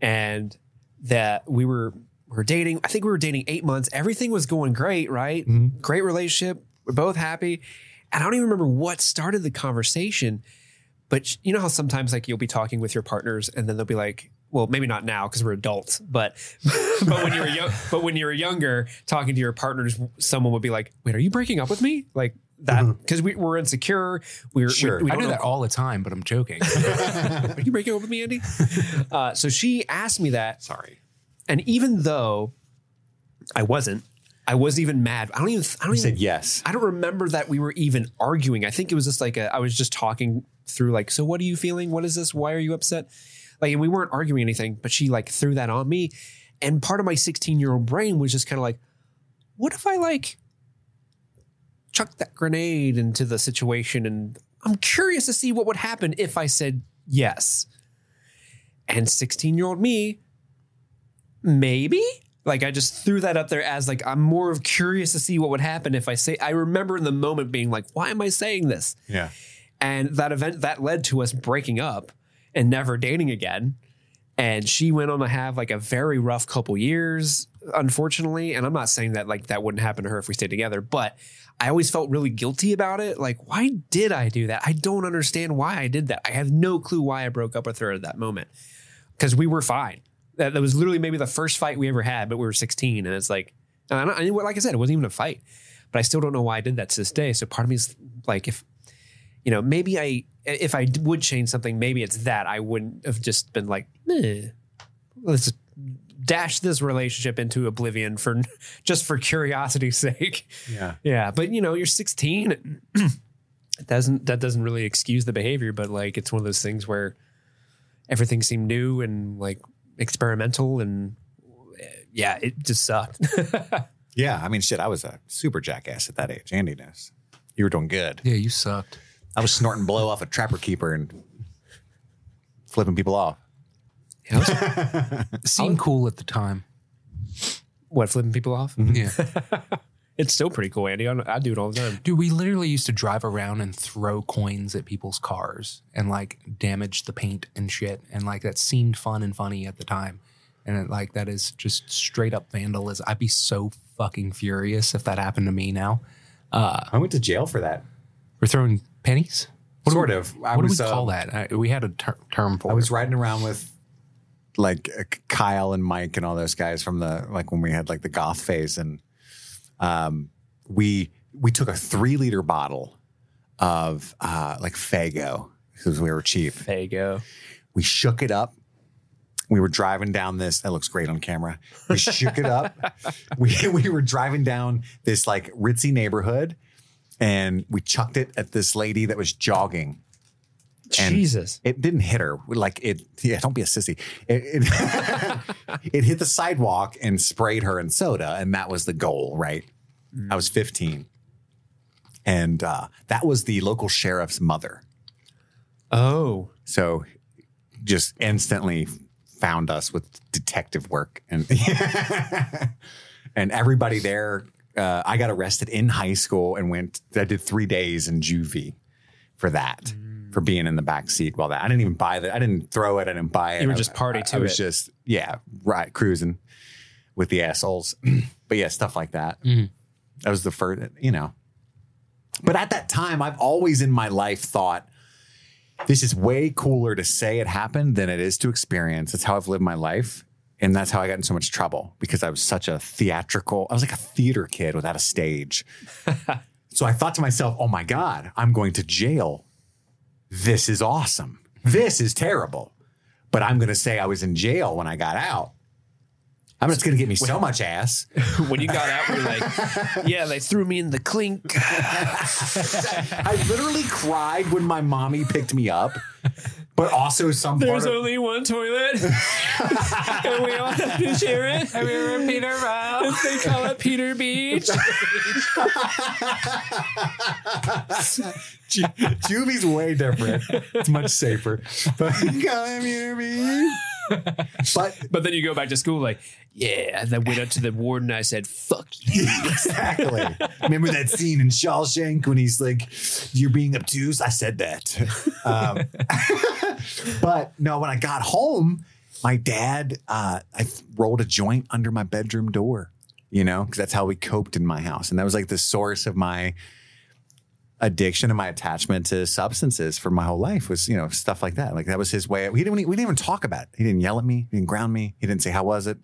And that we were, we were dating. I think we were dating eight months. Everything was going great, right? Mm-hmm. Great relationship. We're both happy. And I don't even remember what started the conversation, but sh- you know how sometimes like you'll be talking with your partners and then they'll be like, well, maybe not now because we're adults, but but when you were young, but when you were younger, talking to your partners, someone would be like, "Wait, are you breaking up with me?" Like that because we were insecure. We were Sure. We, we Mm-hmm. I don't do know- that all the time, but I'm joking. Are you breaking up with me, Andy? uh, so she asked me that, Sorry. and even though I wasn't, I wasn't even mad. I don't even. I don't You even. said yes. I don't remember that we were even arguing. I think it was just like a, I was just talking through like, so what are you feeling? What is this? Why are you upset? Like, and we weren't arguing anything, but she like threw that on me, and part of my 16 year old brain was just kind of like, what if I like chuck that grenade into the situation and I'm curious to see what would happen if I said yes. And 16 year old me, maybe? Like I just threw that up there as like I'm more of curious to see what would happen if I say I remember in the moment being like, why am I saying this? Yeah. And that event that led to us breaking up and never dating again. And she went on to have like a very rough couple years, unfortunately. And I'm not saying that like that wouldn't happen to her if we stayed together, but I always felt really guilty about it. Like, why did I do that? I don't understand why I did that. I have no clue why I broke up with her at that moment because we were fine. That, that was literally maybe the first fight we ever had, but we were 16. And it's like, and I, don't, I mean, like I said, it wasn't even a fight, but I still don't know why I did that to this day. So part of me is like, if, you know, maybe I, if I would change something, maybe it's that I wouldn't have just been like, eh, let's dash this relationship into oblivion for just for curiosity's sake. Yeah. Yeah, but you know, you're 16. it doesn't that doesn't really excuse the behavior, but like it's one of those things where everything seemed new and like experimental and eh, yeah, it just sucked. Yeah. I mean, shit, I was a super jackass at that age. Andy knows. You were doing good. yeah, you sucked. I was snorting blow off a trapper keeper and flipping people off. Oh. Seemed cool at the time. what flipping people off? Mm-hmm. Yeah. It's still pretty cool, Andy. I, don't- I do it all the time. Dude, we literally used to drive around and throw coins at people's cars and like damage the paint and shit. And like that seemed fun and funny at the time. And it, like that is just straight up vandalism. I'd be so fucking furious if that happened to me now. I went to jail for that. We're throwing pennies? What sort do we, of. I what was, do we call uh, that? I, we had a ter- term for I was it. riding around with like uh, Kyle and Mike and all those guys from the like when we had like the goth phase and um we we took a three liter bottle of uh, like Fago because we were cheap. There you go. We shook it up. We were driving down this. That looks great on camera. We shook it up. We we were driving down this like ritzy neighborhood, and we chucked it at this lady that was jogging. And- Jesus. It didn't hit her. Like it. Yeah, don't be a sissy. It it, it hit the sidewalk and sprayed her in soda, and that was the goal, right? I was 15, and uh, that was the local sheriff's mother. Oh. So just instantly found us with detective work and and everybody there uh, I got arrested in high school and went I did 3 days in juvie for that for being in the back seat while that I didn't even buy that I didn't throw it I didn't buy it You were I- just party I- to I was it. just yeah right cruising with the assholes but yeah stuff like that that was the first you know but at that time I've always in my life thought this is way cooler to say it happened than it is to experience. That's how I've lived my life. And that's how I got in so much trouble because I was such a theatrical, I was like a theater kid without a stage. so I thought to myself, oh my God, I'm going to jail. This is awesome. This is terrible. But I'm going to say I was in jail when I got out. I'm just going to get me so much ass. When you got out, we were like, yeah, they threw me in the clink. I literally cried when my mommy picked me up, but also some part of, only one toilet. and we all have to share it. And we were Peter Rouse. They call it Peter Beach. Ju- Juvie's way different. It's much safer. But come here, me. But But then you go back to school like, yeah. And then went up to the warden. I said, fuck you. exactly. Remember that scene in Shawshank when he's like, "You're being obtuse." I said that. Um, but no, when I got home, my dad, uh, I rolled a joint under my bedroom door. You know, because that's how we coped in my house, and that was like the source of my addiction and my attachment to substances for my whole life was you know stuff like that like that was his way he didn't we didn't even talk about it he didn't yell at me he didn't ground me he didn't say how was it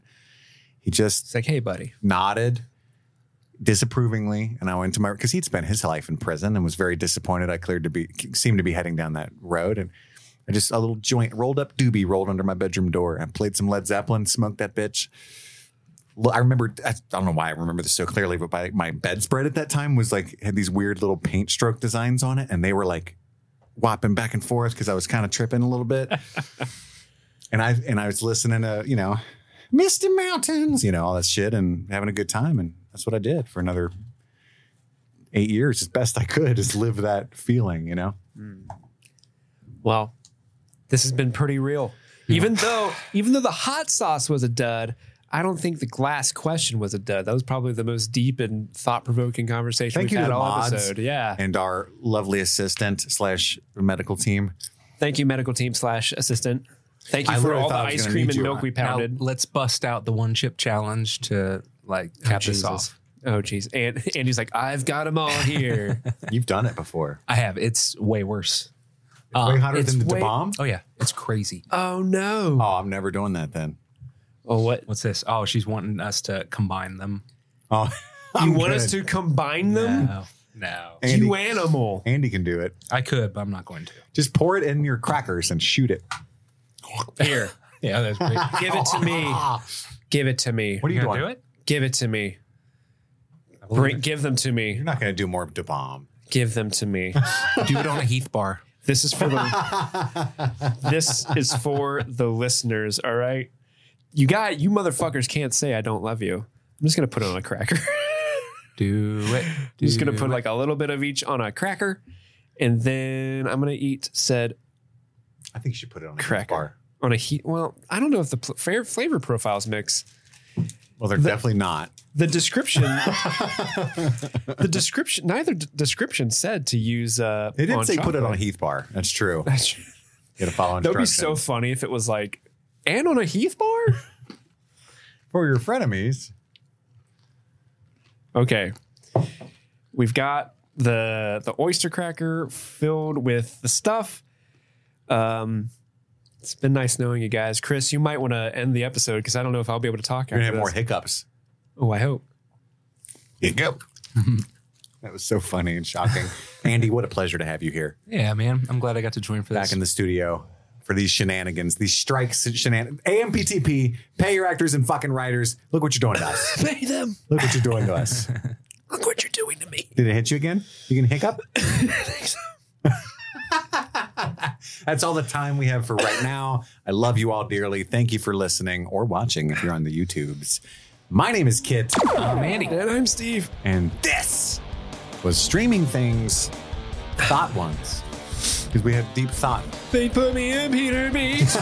he just It's like, hey, buddy. nodded disapprovingly and i went to my because he'd spent his life in prison and was very disappointed i cleared to be seemed to be heading down that road and i just a little joint rolled up doobie rolled under my bedroom door and played some led zeppelin smoked that bitch Lo- i remember i don't know why i remember this so clearly but my, my bedspread at that time was like had these weird little paint stroke designs on it and they were like whopping back and forth because i was kind of tripping a little bit and i and i was listening to you know misty mountains, you know, all that shit and having a good time. And that's what I did for another eight years as best I could, is live that feeling, you know? Well, this has been pretty real. Even though, even though the hot sauce was a dud, I don't think the glass question was a dud. That was probably the most deep and thought-provoking conversation Thank we've you to had the all mods. episode. Yeah. And our lovely assistant slash medical team. Thank you, medical team slash assistant. Thank you I for literally all the thought I was ice gonna cream need and you. milk we Now, pounded. let's bust out the one chip challenge to like cap this off. Oh jeez. And Andy's like, I've got them all here. You've done it before. I have. It's way worse. Way hotter it's than the way- bomb. Oh yeah, it's crazy. oh no. Oh, I'm never doing that then. Oh what? What's this? Oh, she's wanting us to combine them. Oh, You I'm want good. us to combine them? No, no. Andy, You animal. Andy can do it. I could, but I'm not going to. Just pour it in your crackers and shoot it. Here. Yeah, that's great. Give it to me. Give it to me. What are you gonna doing? do it? Give it to me. I believe Bring, it. give them to me. You're not going to do more to bomb. Give them to me. do it on a Heath bar. This is for the This is for the listeners, all right? You got you motherfuckers can't say I don't love you. I'm just gonna put it on a cracker. Do it. I'm just gonna Do put it. like a little bit of each on a cracker, and then I'm gonna eat said I think you should put it on a Cracker. bar. on a heat. Well, I don't know if the pl- fair flavor profiles mix. Well, they're definitely not. The description, the description, neither d- description said to use. Uh, They didn't say put it on a chocolate. Heath bar. That's true. That You got to follow would be instructions. so funny if it was like, and on a Heath bar. for your frenemies. Okay, we've got the the oyster cracker filled with the stuff. Um. It's been nice knowing you guys, Chris. You might want to end the episode because I don't know if I'll be able to talk. Oh, You're after gonna have this. more hiccups. Oh, I hope. Hiccup. That was so funny and shocking. Andy, what a pleasure to have you here Yeah, man. I'm glad I got to join for back this. in the studio for these shenanigans, these strikes and shenanigans. AMPTP, pay your actors and fucking writers. Look what you're doing to us. Pay them. Look what you're doing to us. Look what you're doing to me. Did it hit you again? You can hiccup? That's all the time we have for right now. I love you all dearly. Thank you for listening or watching if you're on the YouTubes. My name is Kit, Oh, I'm Andy. And I'm Steve. and this was Streaming Things Thought Ones. Because we have deep thought. They put me in Peter Beach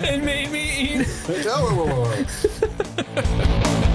and made me eat Whoa, whoa, whoa, whoa.